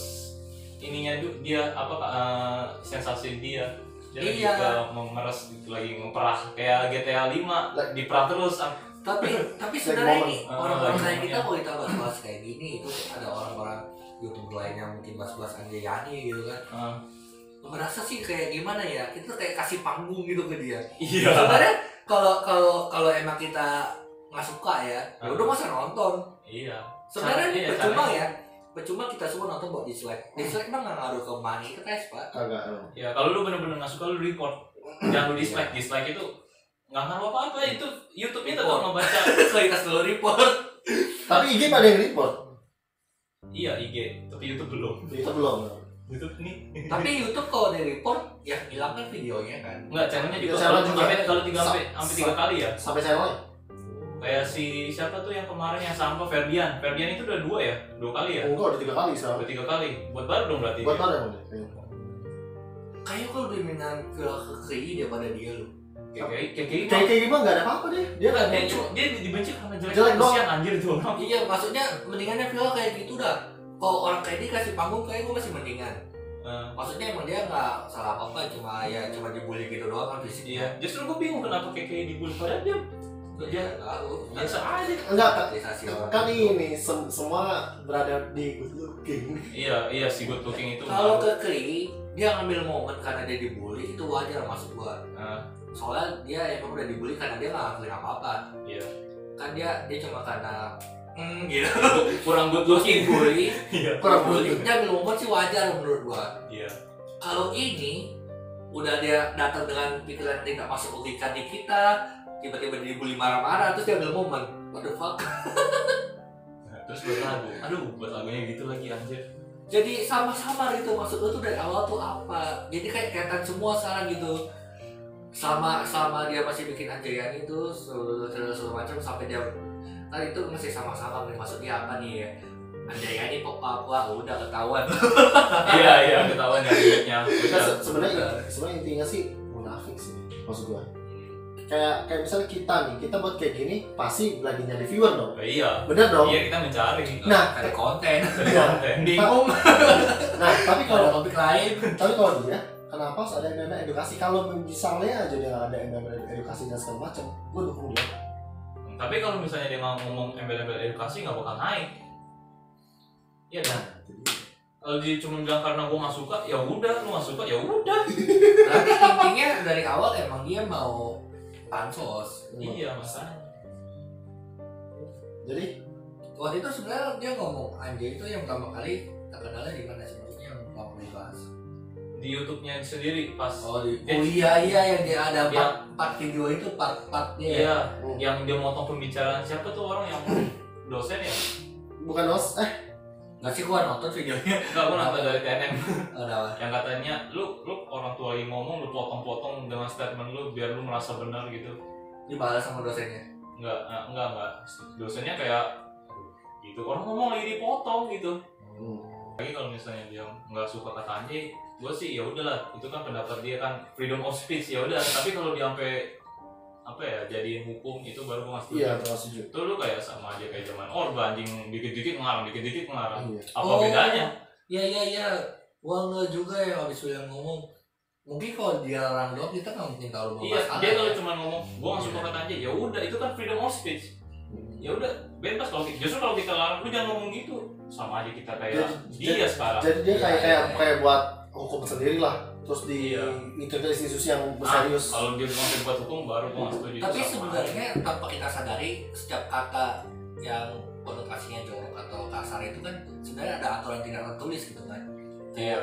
B: ininya du- dia apa eh, sensasi dia. Dia lagi
A: Iya.
B: juga memeras gitu lagi ngeperah kayak GTA 5 diperah terus. am-
A: tapi tapi
C: Cari
A: sebenarnya
C: momen.
A: ini
B: Ah,
A: orang-orang
B: lagi
A: kayak kita
B: momennya.
A: mau kita bahas-bahas kayak gini itu ada orang-orang youtuber lain yang mungkin bahas-bahas Anjay Hani gitu kan
C: Ah.
B: eh,
A: merasa sih kayak gimana ya kita kayak kasih panggung gitu ke dia
B: iya.
A: sebenarnya kalau kalau kalau emang kita nggak suka ya ya
C: Ah.
A: udah masa nonton
B: Iya.
A: sebenarnya
B: Iya,
A: percuma
B: caranya.
A: ya percuma kita semua nonton buat dislike dislike emang nggak ngaruh ke money ke tes pak
C: Kagak lu.
B: Ya kalau lu bener-bener nggak suka lu report. Jangan lu dislike. Dislike itu nggak ngaruh apa-apa itu YouTube itu
A: Iya. Report.
B: tetap ngebaca.
A: kualitas dulu report
C: Tapi IG pada yang report.
B: iya IG, tapi YouTube belum.
C: Itu belum.
B: YouTube nih
A: tapi YouTube kalau di report ya hilang kan videonya kan
B: Enggak, channelnya juga.
C: Channel
B: Kalau-
C: juga.
B: sampai- Kalau tiga sampai
C: Sa-
B: sampai tiga kali ya.
C: Sampai channelnya.
B: Kayak si siapa tuh yang kemarin yang sampah Ferdian. Ferdian itu udah dua ya, dua kali ya.
C: Enggak udah tiga kali sekarang.
B: Udah tiga kali. Buat baru dong berarti.
C: Buat
B: dia.
C: mana yang ini?
A: kayaknya kalau lebih minat ke ke KI daripada dia lu
B: Kayak kayak- kayak gini.
C: Kayak kayak gimana nggak ada apa-apa deh. Dia nggak
B: Dia
C: ada.
B: cuma- dia dibenci karena jelek.
C: Jelek doang.
B: Kasihan anjir tuh orang.
A: iya maksudnya mendingannya Villa kayak gitu dah kalau orang kayak dia kasih panggung kayak gue masih mendingan
B: Eh,
A: maksudnya emang dia nggak salah apa apa cuma ya cuma dibully gitu doang kan
B: Iya.
A: fisiknya
B: Justru gue bingung kenapa kayak kayak dibully padahal dia dia
A: dia tahu
B: biasa aja.
C: Enggak kan.
A: kapitalisasi orang
C: Kan ini sem- semua berada di good looking.
B: Iya, iya si good looking itu.
A: Kalau ke Kri, dia ngambil momen karena dia dibully itu wajar masuk gua.
B: Eh,
A: Soalnya dia emang udah dibully karena dia nggak ngelakuin apa-apa.
B: Iya.
A: Kan dia dia cuma karena hmm gitu.
B: kurang good
A: Terus
B: looking.
A: dibully,
B: Iya.
A: kurang bully. Dia ambil momen sih wajar menurut gua.
B: Iya.
A: Kalau ini udah dia datang dengan pikiran tidak masuk logika di kita, tiba-tiba dibully marah-marah terus dia ambil momen. What the fuck?
B: Nah, Terus buat lagu. Aduh, buat lagunya gitu lagi anjir.
A: Jadi sama-sama gitu maksud lu tuh dari awal tuh apa? Jadi kayak kelihatan semua sekarang gitu. Sama sama dia masih bikin anjayan itu seluruh segala segala macam sampai dia tadi itu masih sama-sama nih maksud dia apa nih ya? Anjayan ini pop up wah udah ketahuan.
B: Iya, iya, ketahuan dari duitnya.
C: Nah,
B: Udah.
C: se- sebenarnya sebenarnya intinya sih munafik sih. Maksud gue. kayak kayak misalnya kita nih kita buat kayak gini pasti lagi nyari viewer dong
B: Oh, iya
C: bener dong
B: iya kita mencari
C: Nah,
A: cari konten
B: dari
C: Iya.
B: konten
A: bingung
C: nah tapi
A: kalau
C: kalau
A: topik lain
C: tapi kalau dia kenapa harus ada yang edukasi kalau misalnya aja dia nggak ada yang edukasi dan segala macam gue dukung dia
B: tapi kalau misalnya dia nggak ngomong embel-embel edukasi nggak bakal naik iya kan kalau dia cuma bilang karena gua nggak suka ya udah lu nggak suka ya udah
A: berarti intinya dari awal emang dia mau pansos
B: iya masalahnya
C: jadi
A: waktu itu sebenarnya dia ngomong anjay itu yang pertama kali terkenalnya di mana sih maksudnya yang nggak perlu dibahas
B: di YouTube-nya sendiri pas
A: oh, di,
B: Eh.
A: oh iya iya yang dia ada
B: Iya.
A: part, part video itu part partnya
B: iya
C: Hmm.
B: yang dia motong pembicaraan siapa tuh orang yang dosen ya
C: bukan os eh
A: nggak sih gua nonton videonya
B: nggak gua nonton dari TNM
A: kenapa
B: yang katanya lu lu orang tua lagi ngomong lu potong-potong dengan statement lu biar lu merasa benar gitu
A: dibalas sama dosennya
B: nggak eh, nggak nggak dosennya kayak gitu orang ngomong lagi dipotong gitu
C: Hmm.
B: lagi kalau misalnya dia nggak suka kata anjay gue sih ya udahlah itu kan pendapat dia kan freedom of speech ya udah tapi kalau dia sampai apa ya jadi hukum itu baru gue masuk
C: iya terus setuju
B: itu lu kayak sama aja kayak zaman orba anjing dikit-dikit ngelarang dikit-dikit ngelarang
C: iya
B: apa
A: Oh.
B: bedanya
A: ya ya ya gua nggak juga ya abis itu yang ngomong mungkin kalau dia larang doang kita nggak mungkin tahu mau
B: iya
A: masalah
B: dia kalau
A: ya.
B: cuma ngomong gue nggak suka kata anjay ya udah itu kan freedom of speech
C: Hmm.
B: ya udah bebas kalau kita- justru kalau kita larang lu jangan ngomong gitu sama aja kita kayak
C: Jadi-
B: dia sekarang
C: jadi dia
A: Iya,
C: kayak
A: iya,
C: kayak
A: iya.
C: kayak buat hukum sendiri lah terus di
B: Iya.
C: integrasi institusi yang
B: Ah,
C: serius
B: kalau dia ngomong debat hukum baru gue nggak setuju itu
A: tapi
B: sama aja.
A: sebenarnya tanpa kita sadari setiap kata yang konotasinya jorok atau kasar itu kan sebenarnya ada aturan tidak tertulis gitu kan
B: iya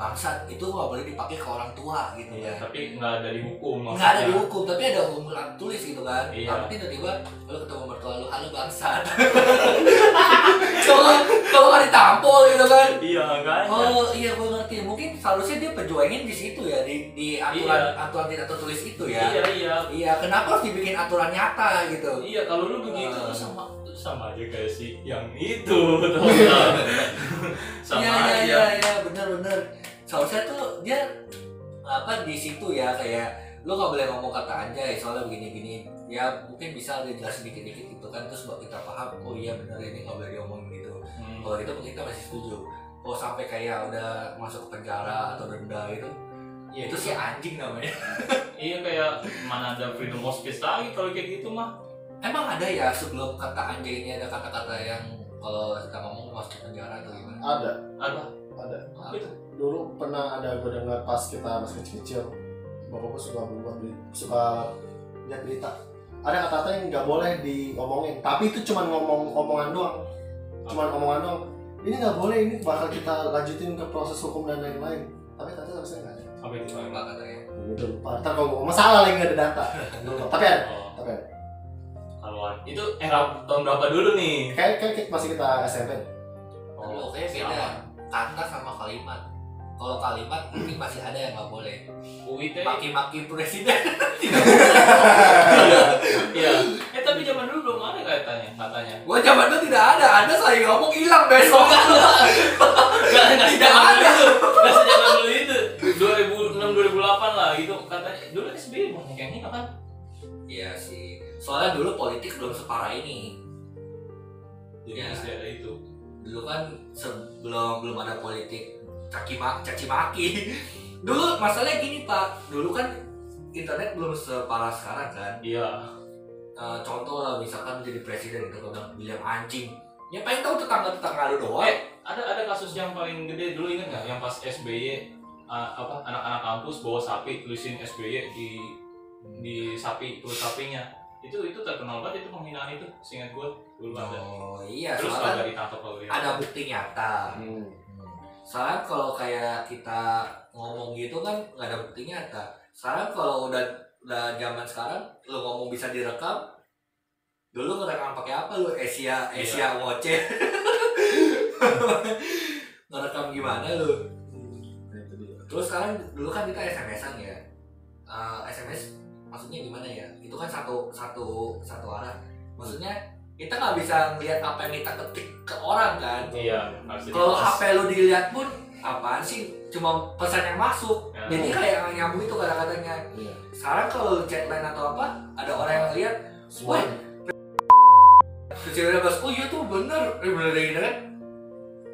A: bangsat itu nggak boleh dipakai ke orang tua gitu
B: Iya,
A: kan
B: tapi nggak ada di hukum
A: nggak ada di hukum tapi ada hukum tertulis gitu kan
B: Iya.
A: tapi tiba-tiba lu ketemu mertua lu halo bangsat kalau kalau nggak ditampol gitu kan
B: Iya, nggak ada.
A: Oh iya gue ngerti mungkin seharusnya dia pejuangin di situ ya di, di aturan aturan tidak tertulis itu ya
B: Iya, iya.
A: iya kenapa harus dibikin aturan nyata gitu
B: Iya, kalau lu begitu
A: Ah.
B: tuh sama tuh sama aja kayak si yang itu. tau nggak? sama
A: Iya iya
B: aja.
A: iya iya benar benar. Seharusnya tuh dia apa di situ ya kayak lo nggak boleh ngomong kata anjay soalnya begini gini ya mungkin bisa dia jelasin dikit dikit gitu kan terus buat kita paham oh iya benar ini nggak boleh diomong gitu
B: Hmm.
A: kalau itu mungkin kita masih setuju kalau sampai kayak udah masuk ke penjara atau denda gitu ya itu sih anjing namanya
B: Iya kayak mana ada freedom of speech lagi kalau kayak gitu mah.
A: emang ada ya sebelum kata anjay ini ada kata-kata yang kalau kita ngomong masuk ke penjara atau gimana
C: Oh. ada
B: Apa?
C: ada
B: Apa itu?
C: dulu pernah ada gue dengar pas kita masih kecil-kecil bapak gue suka buat beli- suka lihat berita ada kata-kata yang nggak boleh diomongin tapi itu cuma ngomong omongan doang cuma omongan doang ini nggak boleh ini bakal kita lanjutin ke proses hukum dan lain-lain tapi ternyata harusnya nggak ada
B: Apa itu?
A: apa ya? katanya
C: gue udah lupa ntar kalau gue ngomong salah lagi nggak ada data Gua lupa. tapi ada
B: Oh,
C: tapi ada
B: kalau itu era tahun berapa dulu nih?
C: kayak kayak kita- masih kita SMP
A: Tapi
B: Oh,
A: oke beda
B: silakan.
A: kata sama kalimat. Kalau kalimat mungkin masih ada yang nggak boleh.
B: UIT.
A: Maki-maki presiden.
B: Iya. Iya. Eh tapi zaman dulu belum ada katanya, katanya.
A: Gua zaman itu tidak ada. Anda saya ngomong hilang besok.
B: Gak, gak
A: Tidak
B: sejaman
A: ada.
B: dulu Gak sejaman dulu itu 2006 2008 lah gitu katanya dulu SBY banyak yang ini kan
A: Iya sih. Soalnya dulu politik belum separah ini.
B: jadi
A: Iya.
B: masih ada itu
A: Dulu kan sebelum belum ada politik caci ma- caci maki. Dulu masalahnya gini pak. Dulu kan internet belum separah sekarang kan.
B: iya
A: Eh, contoh lah misalkan jadi presiden itu bilang bilang anjing. Ya paling tahu tetangga tetangga lu doang.
B: ada ada kasus yang paling gede dulu inget nggak yang pas SBY uh, apa anak-anak kampus bawa sapi tulisin SBY di di sapi perut sapinya itu itu terkenal banget itu penghinaan itu seingat gue dulu banget
A: Oh iya,
B: terus
A: soalnya
B: kagak ditangkap kagak ditangkap.
A: ada bukti nyata.
C: hmm.
A: Soalnya kalau kayak kita ngomong gitu kan nggak ada bukti nyata. Sekarang kalau udah udah zaman sekarang, lu ngomong bisa direkam. Dulu ngerekam pakai apa lu? Asia Asia Watch. ngerekam gimana lu?
C: Nah, itu dia.
A: Terus sekarang dulu kan kita SMS-an ya. Eh, SMS maksudnya gimana ya? Itu kan satu satu satu arah. Maksudnya kita nggak bisa ngelihat apa yang kita ketik ke orang kan.
B: iya harus
A: Kalau
B: dilepas.
A: HP lu dilihat pun apaan sih? cuma pesan yang masuk
B: Ya.
A: jadi kayak nyambung itu kata-katanya
C: Iya.
A: sekarang kalau lu chat lain atau apa ada orang yang lihat
C: Semua.
A: terus ceweknya pas oh iya tuh bener eh, bener kayak gitu kan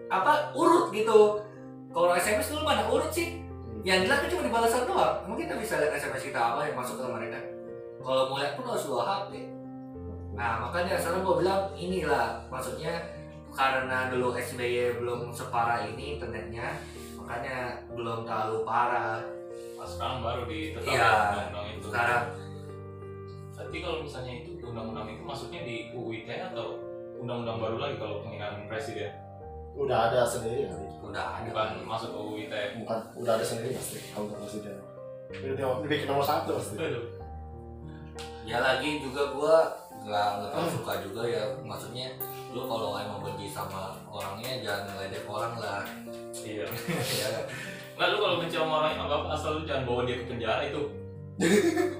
A: apa urut gitu kalau SMS dulu mana urut sih yang jelas kan cuma dibalasan doang emang kita bisa lihat SMS kita apa yang masuk ke mereka kalau mau lihat pun harus dua HP nah makanya sekarang gua bilang inilah maksudnya karena dulu SBY belum separah ini internetnya makanya belum terlalu parah
B: Nah, sekarang baru ditetapkan
A: Iya.
B: undang-undang itu.
A: sekarang
B: Tapi kalau misalnya itu undang-undang itu masuknya di UU ITE atau undang-undang baru lagi kalau penghinaan presiden?
C: Udah ada sendiri kali.
A: udah ada
B: Bukan masuk ke UU ITE.
C: Bukan, udah ada sendiri pasti. Kalau nggak masih jalan. Dibikin nomor satu pasti.
B: Aduh.
A: ya lagi juga gua nggak nggak terlalu suka juga ya maksudnya lu kalau emang benci sama orangnya jangan ngeledek orang lah
B: Iya.
A: ya nggak?
B: Nggak lu kalau benci sama orang yang apa asal lu jangan bawa dia ke penjara itu.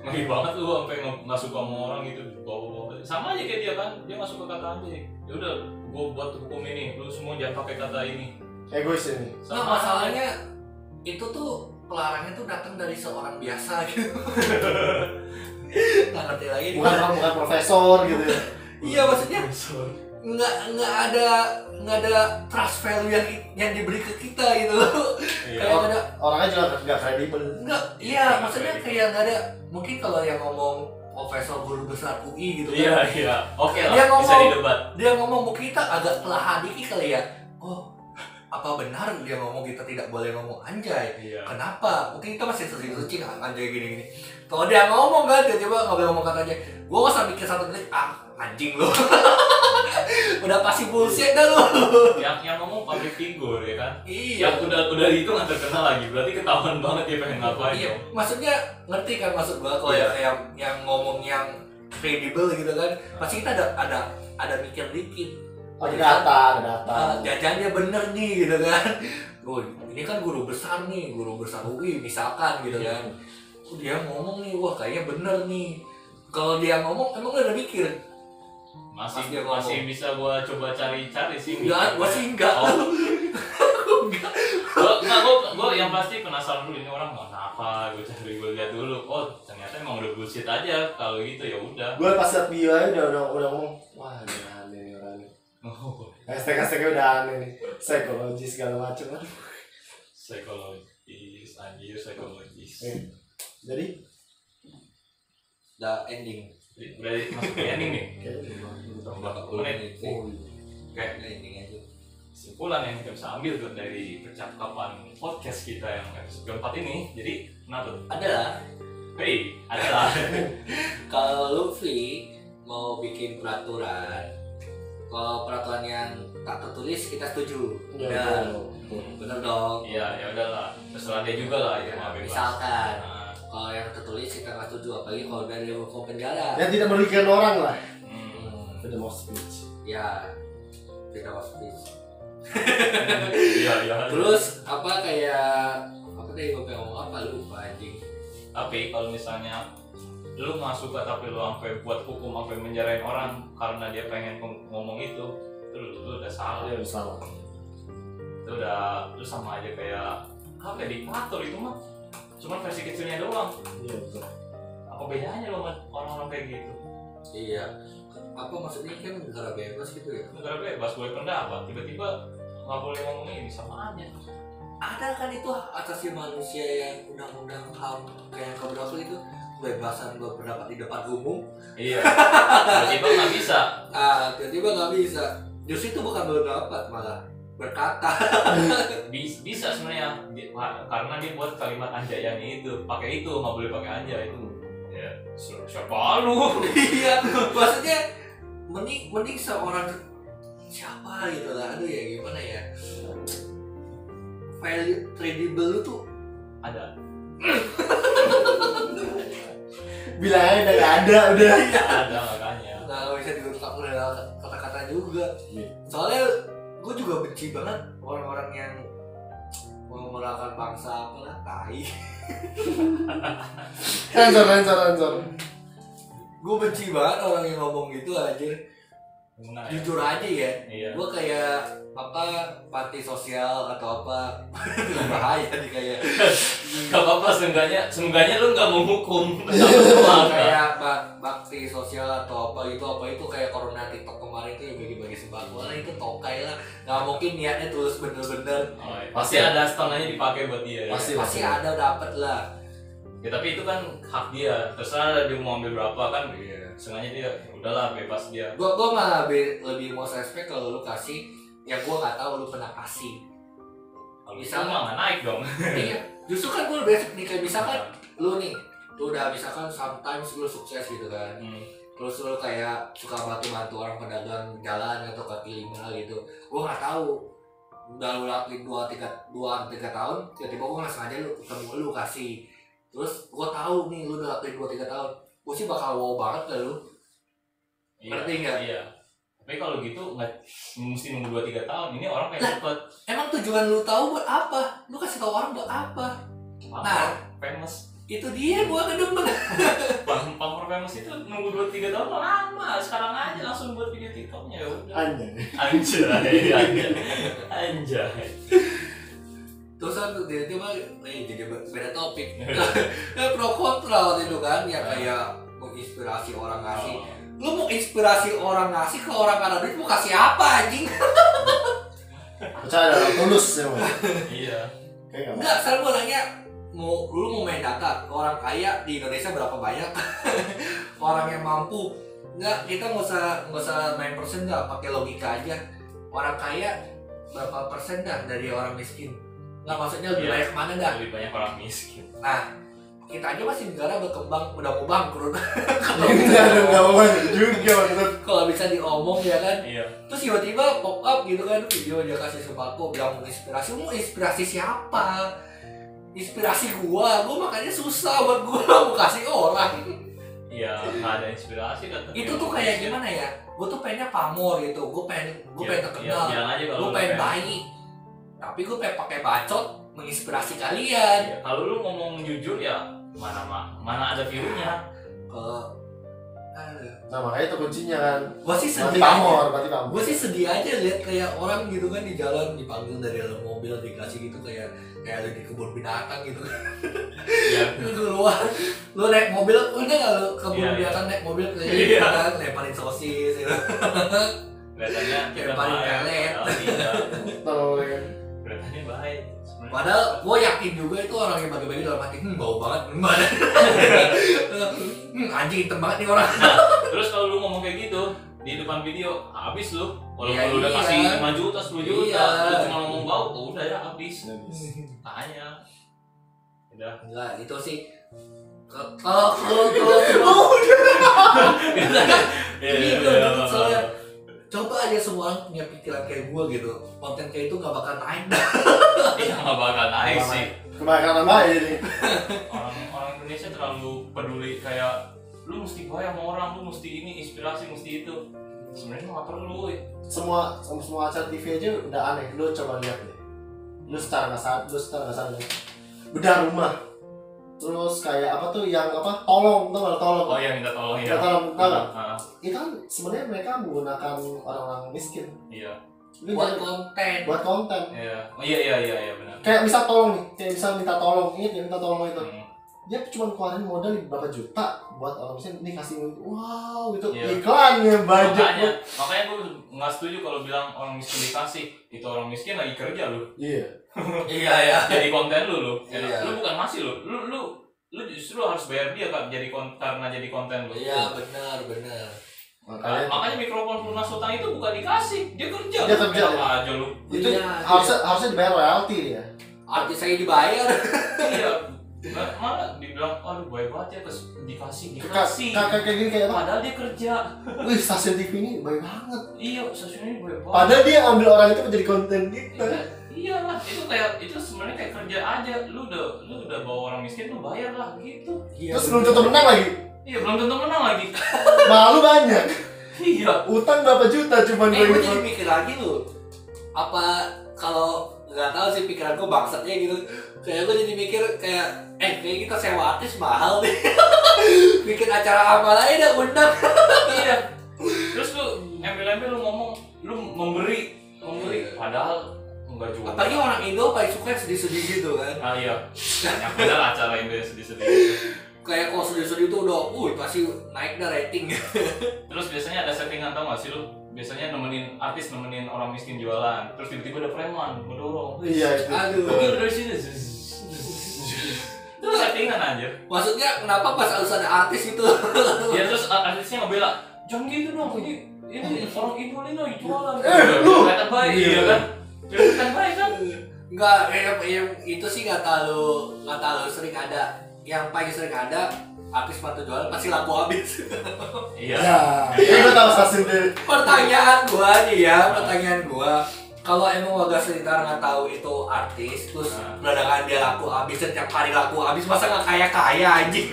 B: Ngeri banget lu sampai nge- nggak suka sama orang gitu bawa-bawa. Sama aja kayak dia kan, dia nggak suka kata anjing. Ya udah, gua buat hukum ini, lu semua jangan pakai kata ini.
C: Egois ini.
A: nah masalahnya itu tuh pelarangnya tuh datang dari seorang biasa gitu nggak ngerti lagi
C: Bukan orang bukan profesor gitu. ya.
A: iya maksudnya nggak nggak ada nggak ada trust value yang yang diberi ke kita gitu loh
B: Iya.
A: kayak ada
C: Orangnya juga nggak kredibel.
A: nggak iya maksudnya kayak nggak ada mungkin kalau yang ngomong profesor guru besar UI gitu
B: Iya,
A: kan
B: iya. Oke
A: Dia
B: lah, bisa
A: ngomong-
B: didebat.
A: dia ngomong ke kita agak telah dikit kali ya oh apa benar dia ngomong kita tidak boleh ngomong anjay
B: Iya.
A: kenapa mungkin kita masih suci suci kan anjay gini gini kalau dia ngomong kan tiba-tiba nggak boleh ngomong kata anjay gue gak usah mikir satu detik ah anjing lu udah pasti bullshit dah lu
B: yang yang ngomong public figure ya kan
A: iya
B: yang udah udah itu nggak terkenal lagi berarti ketahuan banget dia pengen ngapain
A: iya maksudnya ngerti kan maksud gua kalau
B: Iya.
A: yang- yang yang ngomong yang credible gitu kan pasti kita ada ada ada mikir dikit
C: Oh, Ada data, ada data.
A: Ah, jajannya bener nih gitu kan oh, ini kan guru besar nih guru besar UI misalkan gitu kan oh, dia ngomong nih wah kayaknya bener nih kalau dia ngomong emang lu udah mikir
B: masih
A: Pasti dia ngomong.
B: masih bisa gua coba cari-cari sih
A: enggak gua sih enggak
B: Oh.
A: Gua enggak.
B: gua, nggak, gua, gua yang pasti penasaran dulu ini orang mau apa gua cari gua lihat dulu oh ternyata emang udah bullshit aja kalau gitu ya udah
C: Gue pas liat bio aja udah udah udah ngomong. Wah, ini aneh nih orang ini.
B: oh,
C: Hashtag hashtagnya udah aneh nih. Psikologi segala macem. Aduh.
B: psikologis anjir
C: Eh.
B: psikologis
C: Jadi
A: udah ending
B: berarti masuk ke ending nih
C: kayaknya
B: Berapa
A: udah ending
B: menit?
C: Oh,
B: Oke.
A: aja
B: kesimpulan yang kita bisa ambil tuh dari percakapan podcast kita yang episode keempat ini jadi kenapa tuh?
A: adalah
B: Hei, adalah
A: kalau Luffy mau bikin peraturan kalau peraturan yang tak tertulis kita setuju Ya.
C: iya, iya, iya.
A: bener dong
B: Iya, ya udahlah. Terserah dia juga lah
A: iya,
B: itu mah bebas.
A: misalkan
B: Nah,
A: kalau yang tertulis kita nggak setuju apalagi kalau dari hukum penjara
C: Yang tidak merugikan orang lah.
B: hmm.
A: Hmm,
C: Freedom of speech.
A: ya tidak hospice
B: Iya, iya.
A: terus apa kayak apa tadi gue pengen ngomong apa lupa anjing
B: tapi kalau misalnya lu nggak suka tapi lu sampai buat hukum sampai menjarain orang karena dia pengen ngom- ngomong itu, itu lu, lu udah salah.
C: Ada yang salah.
B: Itu udah lu sama aja kayak apa ya, diktator itu mah. Cuman versi kecilnya doang.
C: Iya betul.
B: Apa bedanya lu sama orang-orang kayak gitu?
A: iya apa maksudnya kan negara bebas gitu ya
B: Negara bebas boleh pendapat, tiba-tiba nggak boleh ngomong ini sama aja.
A: ada kan itu hak asasi manusia yang undang-undang ham kayak yang keberapa itu kebebasan berpendapat di depan umum
B: Iya. Tiba-tiba nggak bisa.
A: ah tiba-tiba nggak bisa justru itu bukan berpendapat malah berkata
B: Bis- bisa sebenarnya Di- ma- karena dia buat kalimat anjayani itu pakai itu nggak boleh pakai anjay itu ya si- siapa lu
A: iya maksudnya mending mending seorang siapa gitu lah aduh ya gimana ya value credible lu tuh
B: ada
C: Bilangnya udah gak ada udah.
B: ada makanya
A: nggak bisa diungkap dengan kata-kata juga
C: Iya.
A: soalnya gue juga benci banget orang-orang yang memerlukan bangsa apa lah tai
C: Rancor rancor rancor.
A: gue benci banget orang yang ngomong gitu aja
B: guna ya
A: jujur aja ya
B: iya
A: gue kayak apa panti sosial atau apa bahaya nih kayak
B: gak apa-apa seenggaknya seenggaknya lu gak menghukum kayak
A: kayak bak- bakti sosial atau apa gitu apa itu kayak corona tiktok kemarin itu yang bagi-bagi sembako lah itu tokai lah nggak mungkin niatnya tulus bener-bener
B: Oh, iya. pasti ada setengahnya dipakai buat dia ya.
C: Pasti.
A: pasti ada dapat lah
B: ya tapi itu kan hak dia terserah dia mau ambil berapa kan sengaja dia ya udahlah bebas dia
A: gua gua malah lebih, lebih mau respect kalau lu kasih ya gua nggak tahu lu pernah kasih
B: kalau bisa
A: Bisa.
B: mah nggak naik dong
A: iya justru kan gua besok nih kayak misalkan lu nih lu udah misalkan sometimes lu sukses gitu kan
B: Hmm.
A: terus lu kayak suka bantu-bantu orang pedagang jalan atau kaki lima gitu gua nggak tahu udah lu lakuin dua tiga dua tiga tahun tiba-tiba gua nggak sengaja lu ketemu lu kasih terus gua tahu nih lu udah lakuin dua tiga tahun gua sih bakal wow banget lah lu
B: Iya,
A: Ngerti nggak?
B: iya tapi kalau gitu nggak mesti nunggu dua tiga tahun ini orang kayak cepet
A: emang tujuan lu tahu buat apa lu kasih tahu orang buat apa
B: nah famous
A: itu dia gua kedemen
B: bang pamor famous itu nunggu dua tiga tahun mah lama sekarang aja langsung buat video tiktoknya ya udah
C: anjay
B: anjay anjay anjay
A: terus aku tiba-tiba eh, jadi be- beda topik ya pro kontra waktu itu kan ya kayak menginspirasi orang ngasih lu mau inspirasi orang ngasih ke orang karena duit mau kasih apa anjing
C: percaya ada orang tulus ya Bang.
B: iya
C: kayak nggak
A: enggak sekarang gua nanya mau lu mau main data ke orang kaya di Indonesia berapa banyak orang yang mampu enggak kita nggak usah nggak usah main persen enggak pakai logika aja orang kaya berapa persen dah dari orang miskin nggak maksudnya lebih
B: Iya.
A: banyak mana dah Nah,
B: lebih banyak orang miskin
A: kita aja masih negara berkembang udah mau bangkrut Kalau
C: nggak ada
A: bisa-
C: nggak ada juga maksud
A: kalau bisa diomong ya kan
B: iya
A: terus tiba-tiba pop up gitu kan video dia kasih sembako bilang mau inspirasi mau inspirasi siapa inspirasi gua gua makanya susah buat gua mau kasih orang
B: iya nggak ada inspirasi kan
A: itu tuh kayak gimana ya gua tuh pengennya pamor gitu gua pengen gua pengen terkenal
B: Iya, bilang aja kalau
A: gua
B: lu
A: pengen
B: pengen.
A: baik tapi gua pengen pakai bacot menginspirasi kalian
B: Iya, kalau lu ngomong jujur ya mana ma- mana ada viewnya
A: ke eh,
C: nah makanya itu kuncinya kan
A: gua sih
C: berarti
A: sedih aja.
C: pamor berarti pamor
A: gue sih sedih aja lihat kayak orang gitu kan di jalan dipanggil dari dalam mobil dikasih gitu kayak kayak ada di kebun binatang gitu kan
B: ya
A: lu keluar lu naik mobil udah nggak lu kebun
B: Iya, iya.
A: binatang naik mobil ke
B: Iya.
A: kan lemparin sosis gitu.
B: kelihatannya kita
A: Yang paling
B: baik
A: pelet.
B: padahal tidak.
C: betul ya.
B: kelihatannya baik sebenarnya.
A: padahal gue yakin juga itu orang yang bagi-bagi dalam hati hmm bau banget hmm, badan. hmm anjing hitam banget nih orang
B: terus kalau lu ngomong kayak gitu di depan video habis lu kalau
A: Iya,
B: lu udah
A: iya.
B: kasih 5 juta 10 juta
A: Iya.
B: lu cuma ngomong bau oh, udah ya habis tanya udah
A: enggak itu sih Ke- kalau kalau kalau semua-
B: Iya,
A: Ini
B: iya,
A: udah,
B: iya,
A: udah,
B: iya.
A: soalnya. coba aja semua orang punya pikiran kayak gue gitu konten kayak itu gak bakal naik
B: iya nggak bakal naik
C: Nggak
B: sih
C: kebanyakan apa ya ini
B: orang orang Indonesia terlalu peduli kayak lu mesti goyang sama orang lu mesti ini inspirasi mesti itu sebenarnya nggak perlu
C: semua semua acara TV aja udah aneh lu coba lihat deh lu secara nggak sadar lu secara nggak sadar bedah rumah terus kayak apa tuh yang apa tolong tuh nggak tolong
B: oh iya minta tolong
C: nggak
B: ya
C: tolong tau nggak?
B: Ah,
C: itu kan sebenarnya mereka menggunakan orang-orang miskin
B: iya
C: Lu
A: buat
C: jangan-
A: konten
C: buat konten
B: iya Oh, iya iya iya iya benar
C: kayak bisa tolong nih kayak bisa minta tolong ini dia minta tolong itu
B: Hmm,
C: dia cuma keluarin modal berapa juta buat orang miskin nih kasih wow gitu
B: Iya.
C: iklannya
B: makanya
C: banyak
B: makanya gue nggak setuju kalau bilang orang miskin dikasih itu orang miskin lagi kerja lu
C: iya
A: iya ya
B: jadi konten lu lu Ya,
A: Iya.
B: lu bukan masih lu lu lu lu justru harus bayar dia kan jadi konten karena jadi konten lu
A: iya benar benar
B: Nah,
C: makanya
B: makanya mikrofon lunas utang itu bukan dikasih dia kerja
C: Dia
B: lu.
C: kerja,
B: Enak aja lu
C: itu
A: Iya,
C: harusnya harusnya dibayar royalti ya
A: artis saya dibayar
B: iya Nah, malah dibilang aduh baik banget ya kes- dikasih dikasih
C: kakak kayak gini kayak apa
B: padahal dia kerja
C: wih stasiun TV ini baik banget
B: iya stasiunnya baik banget
C: padahal dia ambil orang itu menjadi konten kita
B: iya lah itu kayak itu sebenarnya kayak kerja aja lu udah lu udah bawa orang miskin lu bayar lah gitu
A: Iya,
C: terus belum tentu menang lagi
B: iya belum tentu menang lagi
C: malu banyak
B: iya
C: utang berapa juta cuman
A: eh
C: gue
A: gue
C: gitu
A: jadi mikir lagi lu apa kalau nggak tahu sih pikiran gue bangsatnya gitu kayak gue jadi mikir kayak eh kayak kita sewa artis mahal nih bikin acara apa lain dah undang
B: iya terus lu embel-embel lu
A: Apalagi orang Indo paling suka yang sedih-sedih gitu kan.
B: Ah iya, banyak bener acara Indo yang sedih-sedih.
A: Kayak kalau sedih-sedih itu udah, uh pasti naik dah rating.
B: Terus biasanya ada settingan tau gak sih lu? Biasanya nemenin artis nemenin orang miskin jualan. Terus tiba-tiba ada preman, mendorong.
C: iya itu
A: Aduh.
B: Pergi lu dari sini. Itu settingan anjir.
A: Maksudnya kenapa pas harus ada artis gitu? itu?
B: Ya terus a- artisnya ngebela, jangan gitu dong. Ini ini orang Indo ini lagi jualan.
C: Eh, lu!
B: Kelihatan baik, iya kan? Kelihatan baik kan?
A: Enggak, yang, yang eh, itu sih nggak terlalu nggak terlalu sering ada. Yang paling sering ada artis sepatu jualan pasti laku habis.
B: Iya.
C: ya itu gue tahu sasin deh
A: pertanyaan gua nih ya, pertanyaan gua. Kalau emang warga sekitar nggak tahu itu artis, terus
B: Nah.
A: belakangan dia laku habis, dan tiap hari laku habis, masa nggak kaya kaya anjing?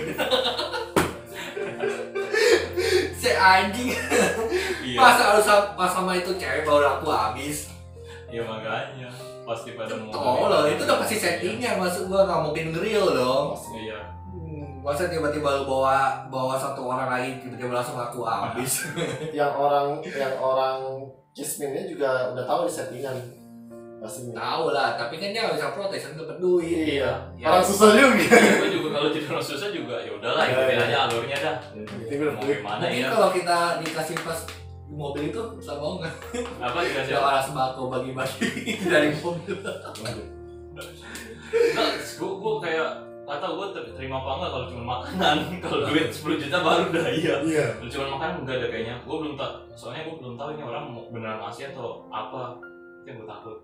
A: si anjing
B: Iya.
A: masa harus sam- pas sama itu cewek baru laku habis
B: Iya makanya pasti pada mau.
A: tolol itu udah pasti settingnya maksud gua nggak mungkin real dong
B: Iya.
A: Hmm, masa tiba-tiba lu bawa bawa satu orang lagi tiba-tiba langsung laku habis
B: Nah.
C: yang orang yang orang kisminnya juga udah tahu di settingan pasti
A: tahu lah tapi kan dia nggak bisa protes kan dapat duit
C: iya
B: Ya,
C: orang susah
A: Iya,
C: juga
B: gue juga kalau jadi orang susah juga ya udahlah
C: Iya,
B: ikutin
C: iya.
B: aja alurnya dah
A: iya.
C: Tapi
B: mau gimana
A: Mungkin
B: ya
A: kalau kita dikasih pas di mobil itu bisa mau nggak?
B: apa dikasih
A: Ada orang sembako bagi-bagi dari mobil.
B: enggak gue gue kayak nggak tau gue terima apa enggak kalau cuma makanan kalau duit 10 juta baru dah iya
C: iya
B: kalau cuma makanan enggak ada kayaknya gue belum tak soalnya gue belum tahu ini orang mau beneran ngasih atau apa itu yang gue takut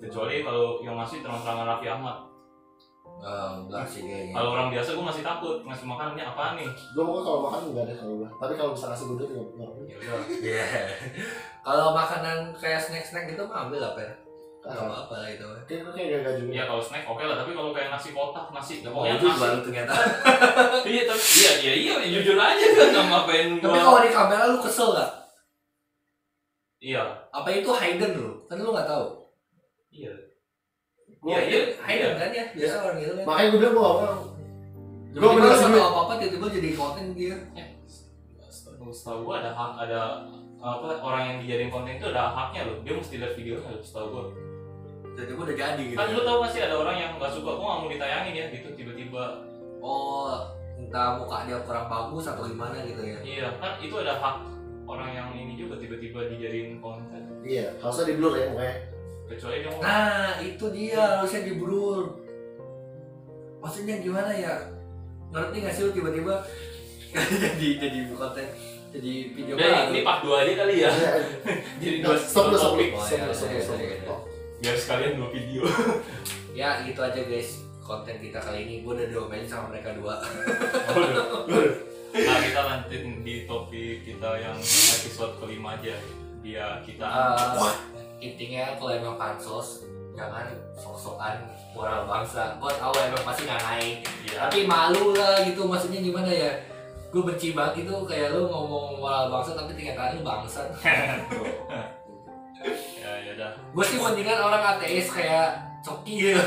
B: kecuali kalau yang ngasih terang-terangan Raffi Ahmad
A: Oh, enggak sih kayaknya.
B: kalau orang biasa gue masih takut ngasih makan ini apaan nih
C: gue mau kalau makan nggak ada kalau gue tapi kalau bisa kasih gue duit nggak nggak-
B: ya udah
A: Iya. Kalau makanan kayak snack-snack gitu mah ambil apa ya? Enggak
C: nggak
A: apa-apa lah itu.
C: Oke, gue kayak gak gaji
A: Iya.
B: ya kalau snack oke lah tapi kalau kayak nasi kotak nasi
A: Oh,
B: pokoknya
A: itu
B: nasi
A: baru ternyata.
B: iya tapi iya iya iya jujur aja kan sama ngapain
A: Tapi
B: gua
A: kalau di kamera lu kesel nggak?
B: iya
A: Apa itu Hayden lu? Kan lu nggak tahu.
B: iya iya
C: Gua-
B: iya iya
A: Hayden kan ya? Biasa orang gitu kan.
C: Makanya gue bilang gue gak mau
A: Gue
C: Gua
A: bener
C: bener sih,
A: tahu
C: gua-
A: apa-apa tiba-tiba jadi konten dia.
B: Eh, setahu setahu gua ada hak ada apa orang yang dijadiin konten itu ada haknya loh dia mesti lihat videonya loh setahu gua
A: Tiba-tiba udah jadi gitu.
B: kan lu tau pasti ada orang yang nggak suka gua nggak mau ditayangin ya gitu tiba-tiba
A: Oh, entah muka dia kurang bagus atau gimana gitu ya.
B: iya kan itu ada hak orang yang ini juga tiba-tiba dijadiin konten
C: Iya, harusnya di blur ya pokoknya
B: kecuali dia mau
A: Nah, itu dia harusnya diberur. Maksudnya gimana ya? Ngerti nggak sih lu tiba-tiba jadi jadi konten jadi video
B: Udah, ini part dua aja kali ya
C: Iya,
B: Nah, jadi
C: iya.
B: dua
C: Stop
B: dua
C: dulu, stop
B: topik
A: Oh,
C: dulu Stop dulu, stop dulu, stop dulu. Oh,
B: biar sekalian dua video
A: Ya, gitu aja guys konten kita kali ini. Gue udah diomelin sama mereka dua.
B: nah kita lanjutin di topik kita yang episode kelima aja biar kita
A: Eh, intinya kalau emang pansos jangan sok-sokan moral bangsa. Gue tahu emang pasti nggak naik.
B: ya
A: tapi malu lah gitu maksudnya gimana ya gue benci banget itu kayak lu ngomong moral bangsa tapi tingkatannya lu bangsa
B: ya ya dah
A: gue sih mendingan orang ateis kayak coki gitu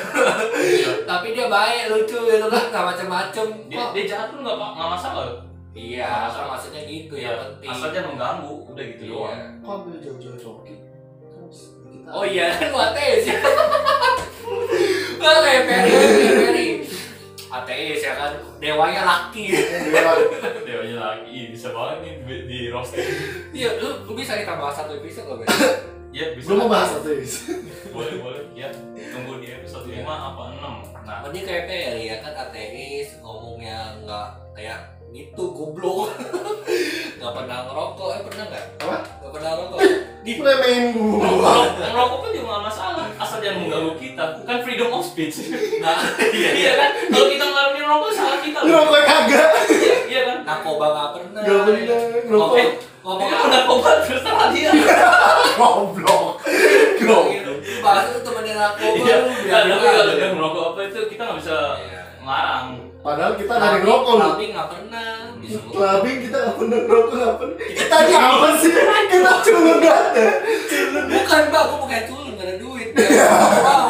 A: tapi dia baik lucu gitu kan gak macem-macem
B: dia,
A: kok
B: dia jahat pun nggak apa- nggak masalah loh
A: iya asal maksudnya gitu ya penting
B: asal jangan mengganggu udah gitu
A: Iya.
B: doang
C: Kok ambil jauh-jauh gitu? Kan coki? Terus kita-
A: oh iya kan lu ateis ya Wah, kayak Perry kayak Perry ateis ya kan dewanya laki
C: Iya,
B: dewa lagi Ih, bisa banget nih di, di roasting
A: iya lu, lu bisa ditambah satu episode gak Ben?
B: ya bisa
C: Gue mau bahas satu ya
B: boleh boleh ya tunggu di episode lima apa enam nah
A: Ini kayak Perry ya kan ateis ngomongnya nggak kayak gitu goblok nggak pernah ngerokok eh pernah nggak
C: Apa?
A: nggak pernah ngerokok
C: Itu main gue
B: Ngerokok ngerokok pun juga nggak masalah asal jangan mengganggu kita kan freedom of speech
A: nah
B: iya iya kan kalau kita ngelarang ngerokok salah kita
C: Lu
B: loh
C: rokok kagak?
B: Iya, iya kan
A: narkoba nggak pernah
C: Gak bener Rokok
A: ngomong ngomong
B: Dia kan udah kobat terus terang dia
C: Goblok
A: apa
C: Goblok
A: gitu bahas itu temennya narkoba
B: Iya,
A: lu
B: Nah,
A: biar
B: tapi
A: aja.
B: kalau dia ngerokok apa itu kita nggak bisa
A: Iya.
B: ngelarang.
C: Padahal kita dari
A: Tapi-
C: rokok lu
A: tapi nggak pernah disebut
C: Clubbing kita gak pernah rokok gak pernah Kita ini apa sih? Kita culun banget
A: bukan mbak aku bukan dulu nggak ada duit wow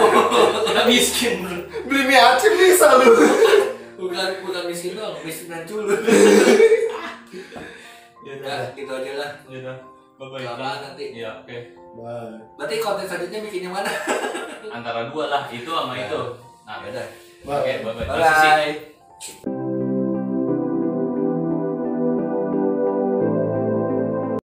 B: Kita miskin. bro.
C: Beli mie acem bisa lu
A: bukan bukan miskin doang miskin dan culun
B: Iya,
A: ya gitu aja lah
B: iya. bye bye
A: Kelamaan nanti.
B: iya oke
C: Wah,
A: Berarti konten selanjutnya bikin yang mana?
B: antara dua lah itu sama
A: Ya.
B: itu nah
A: Nah, beda.
B: oke bye bye
A: Bye.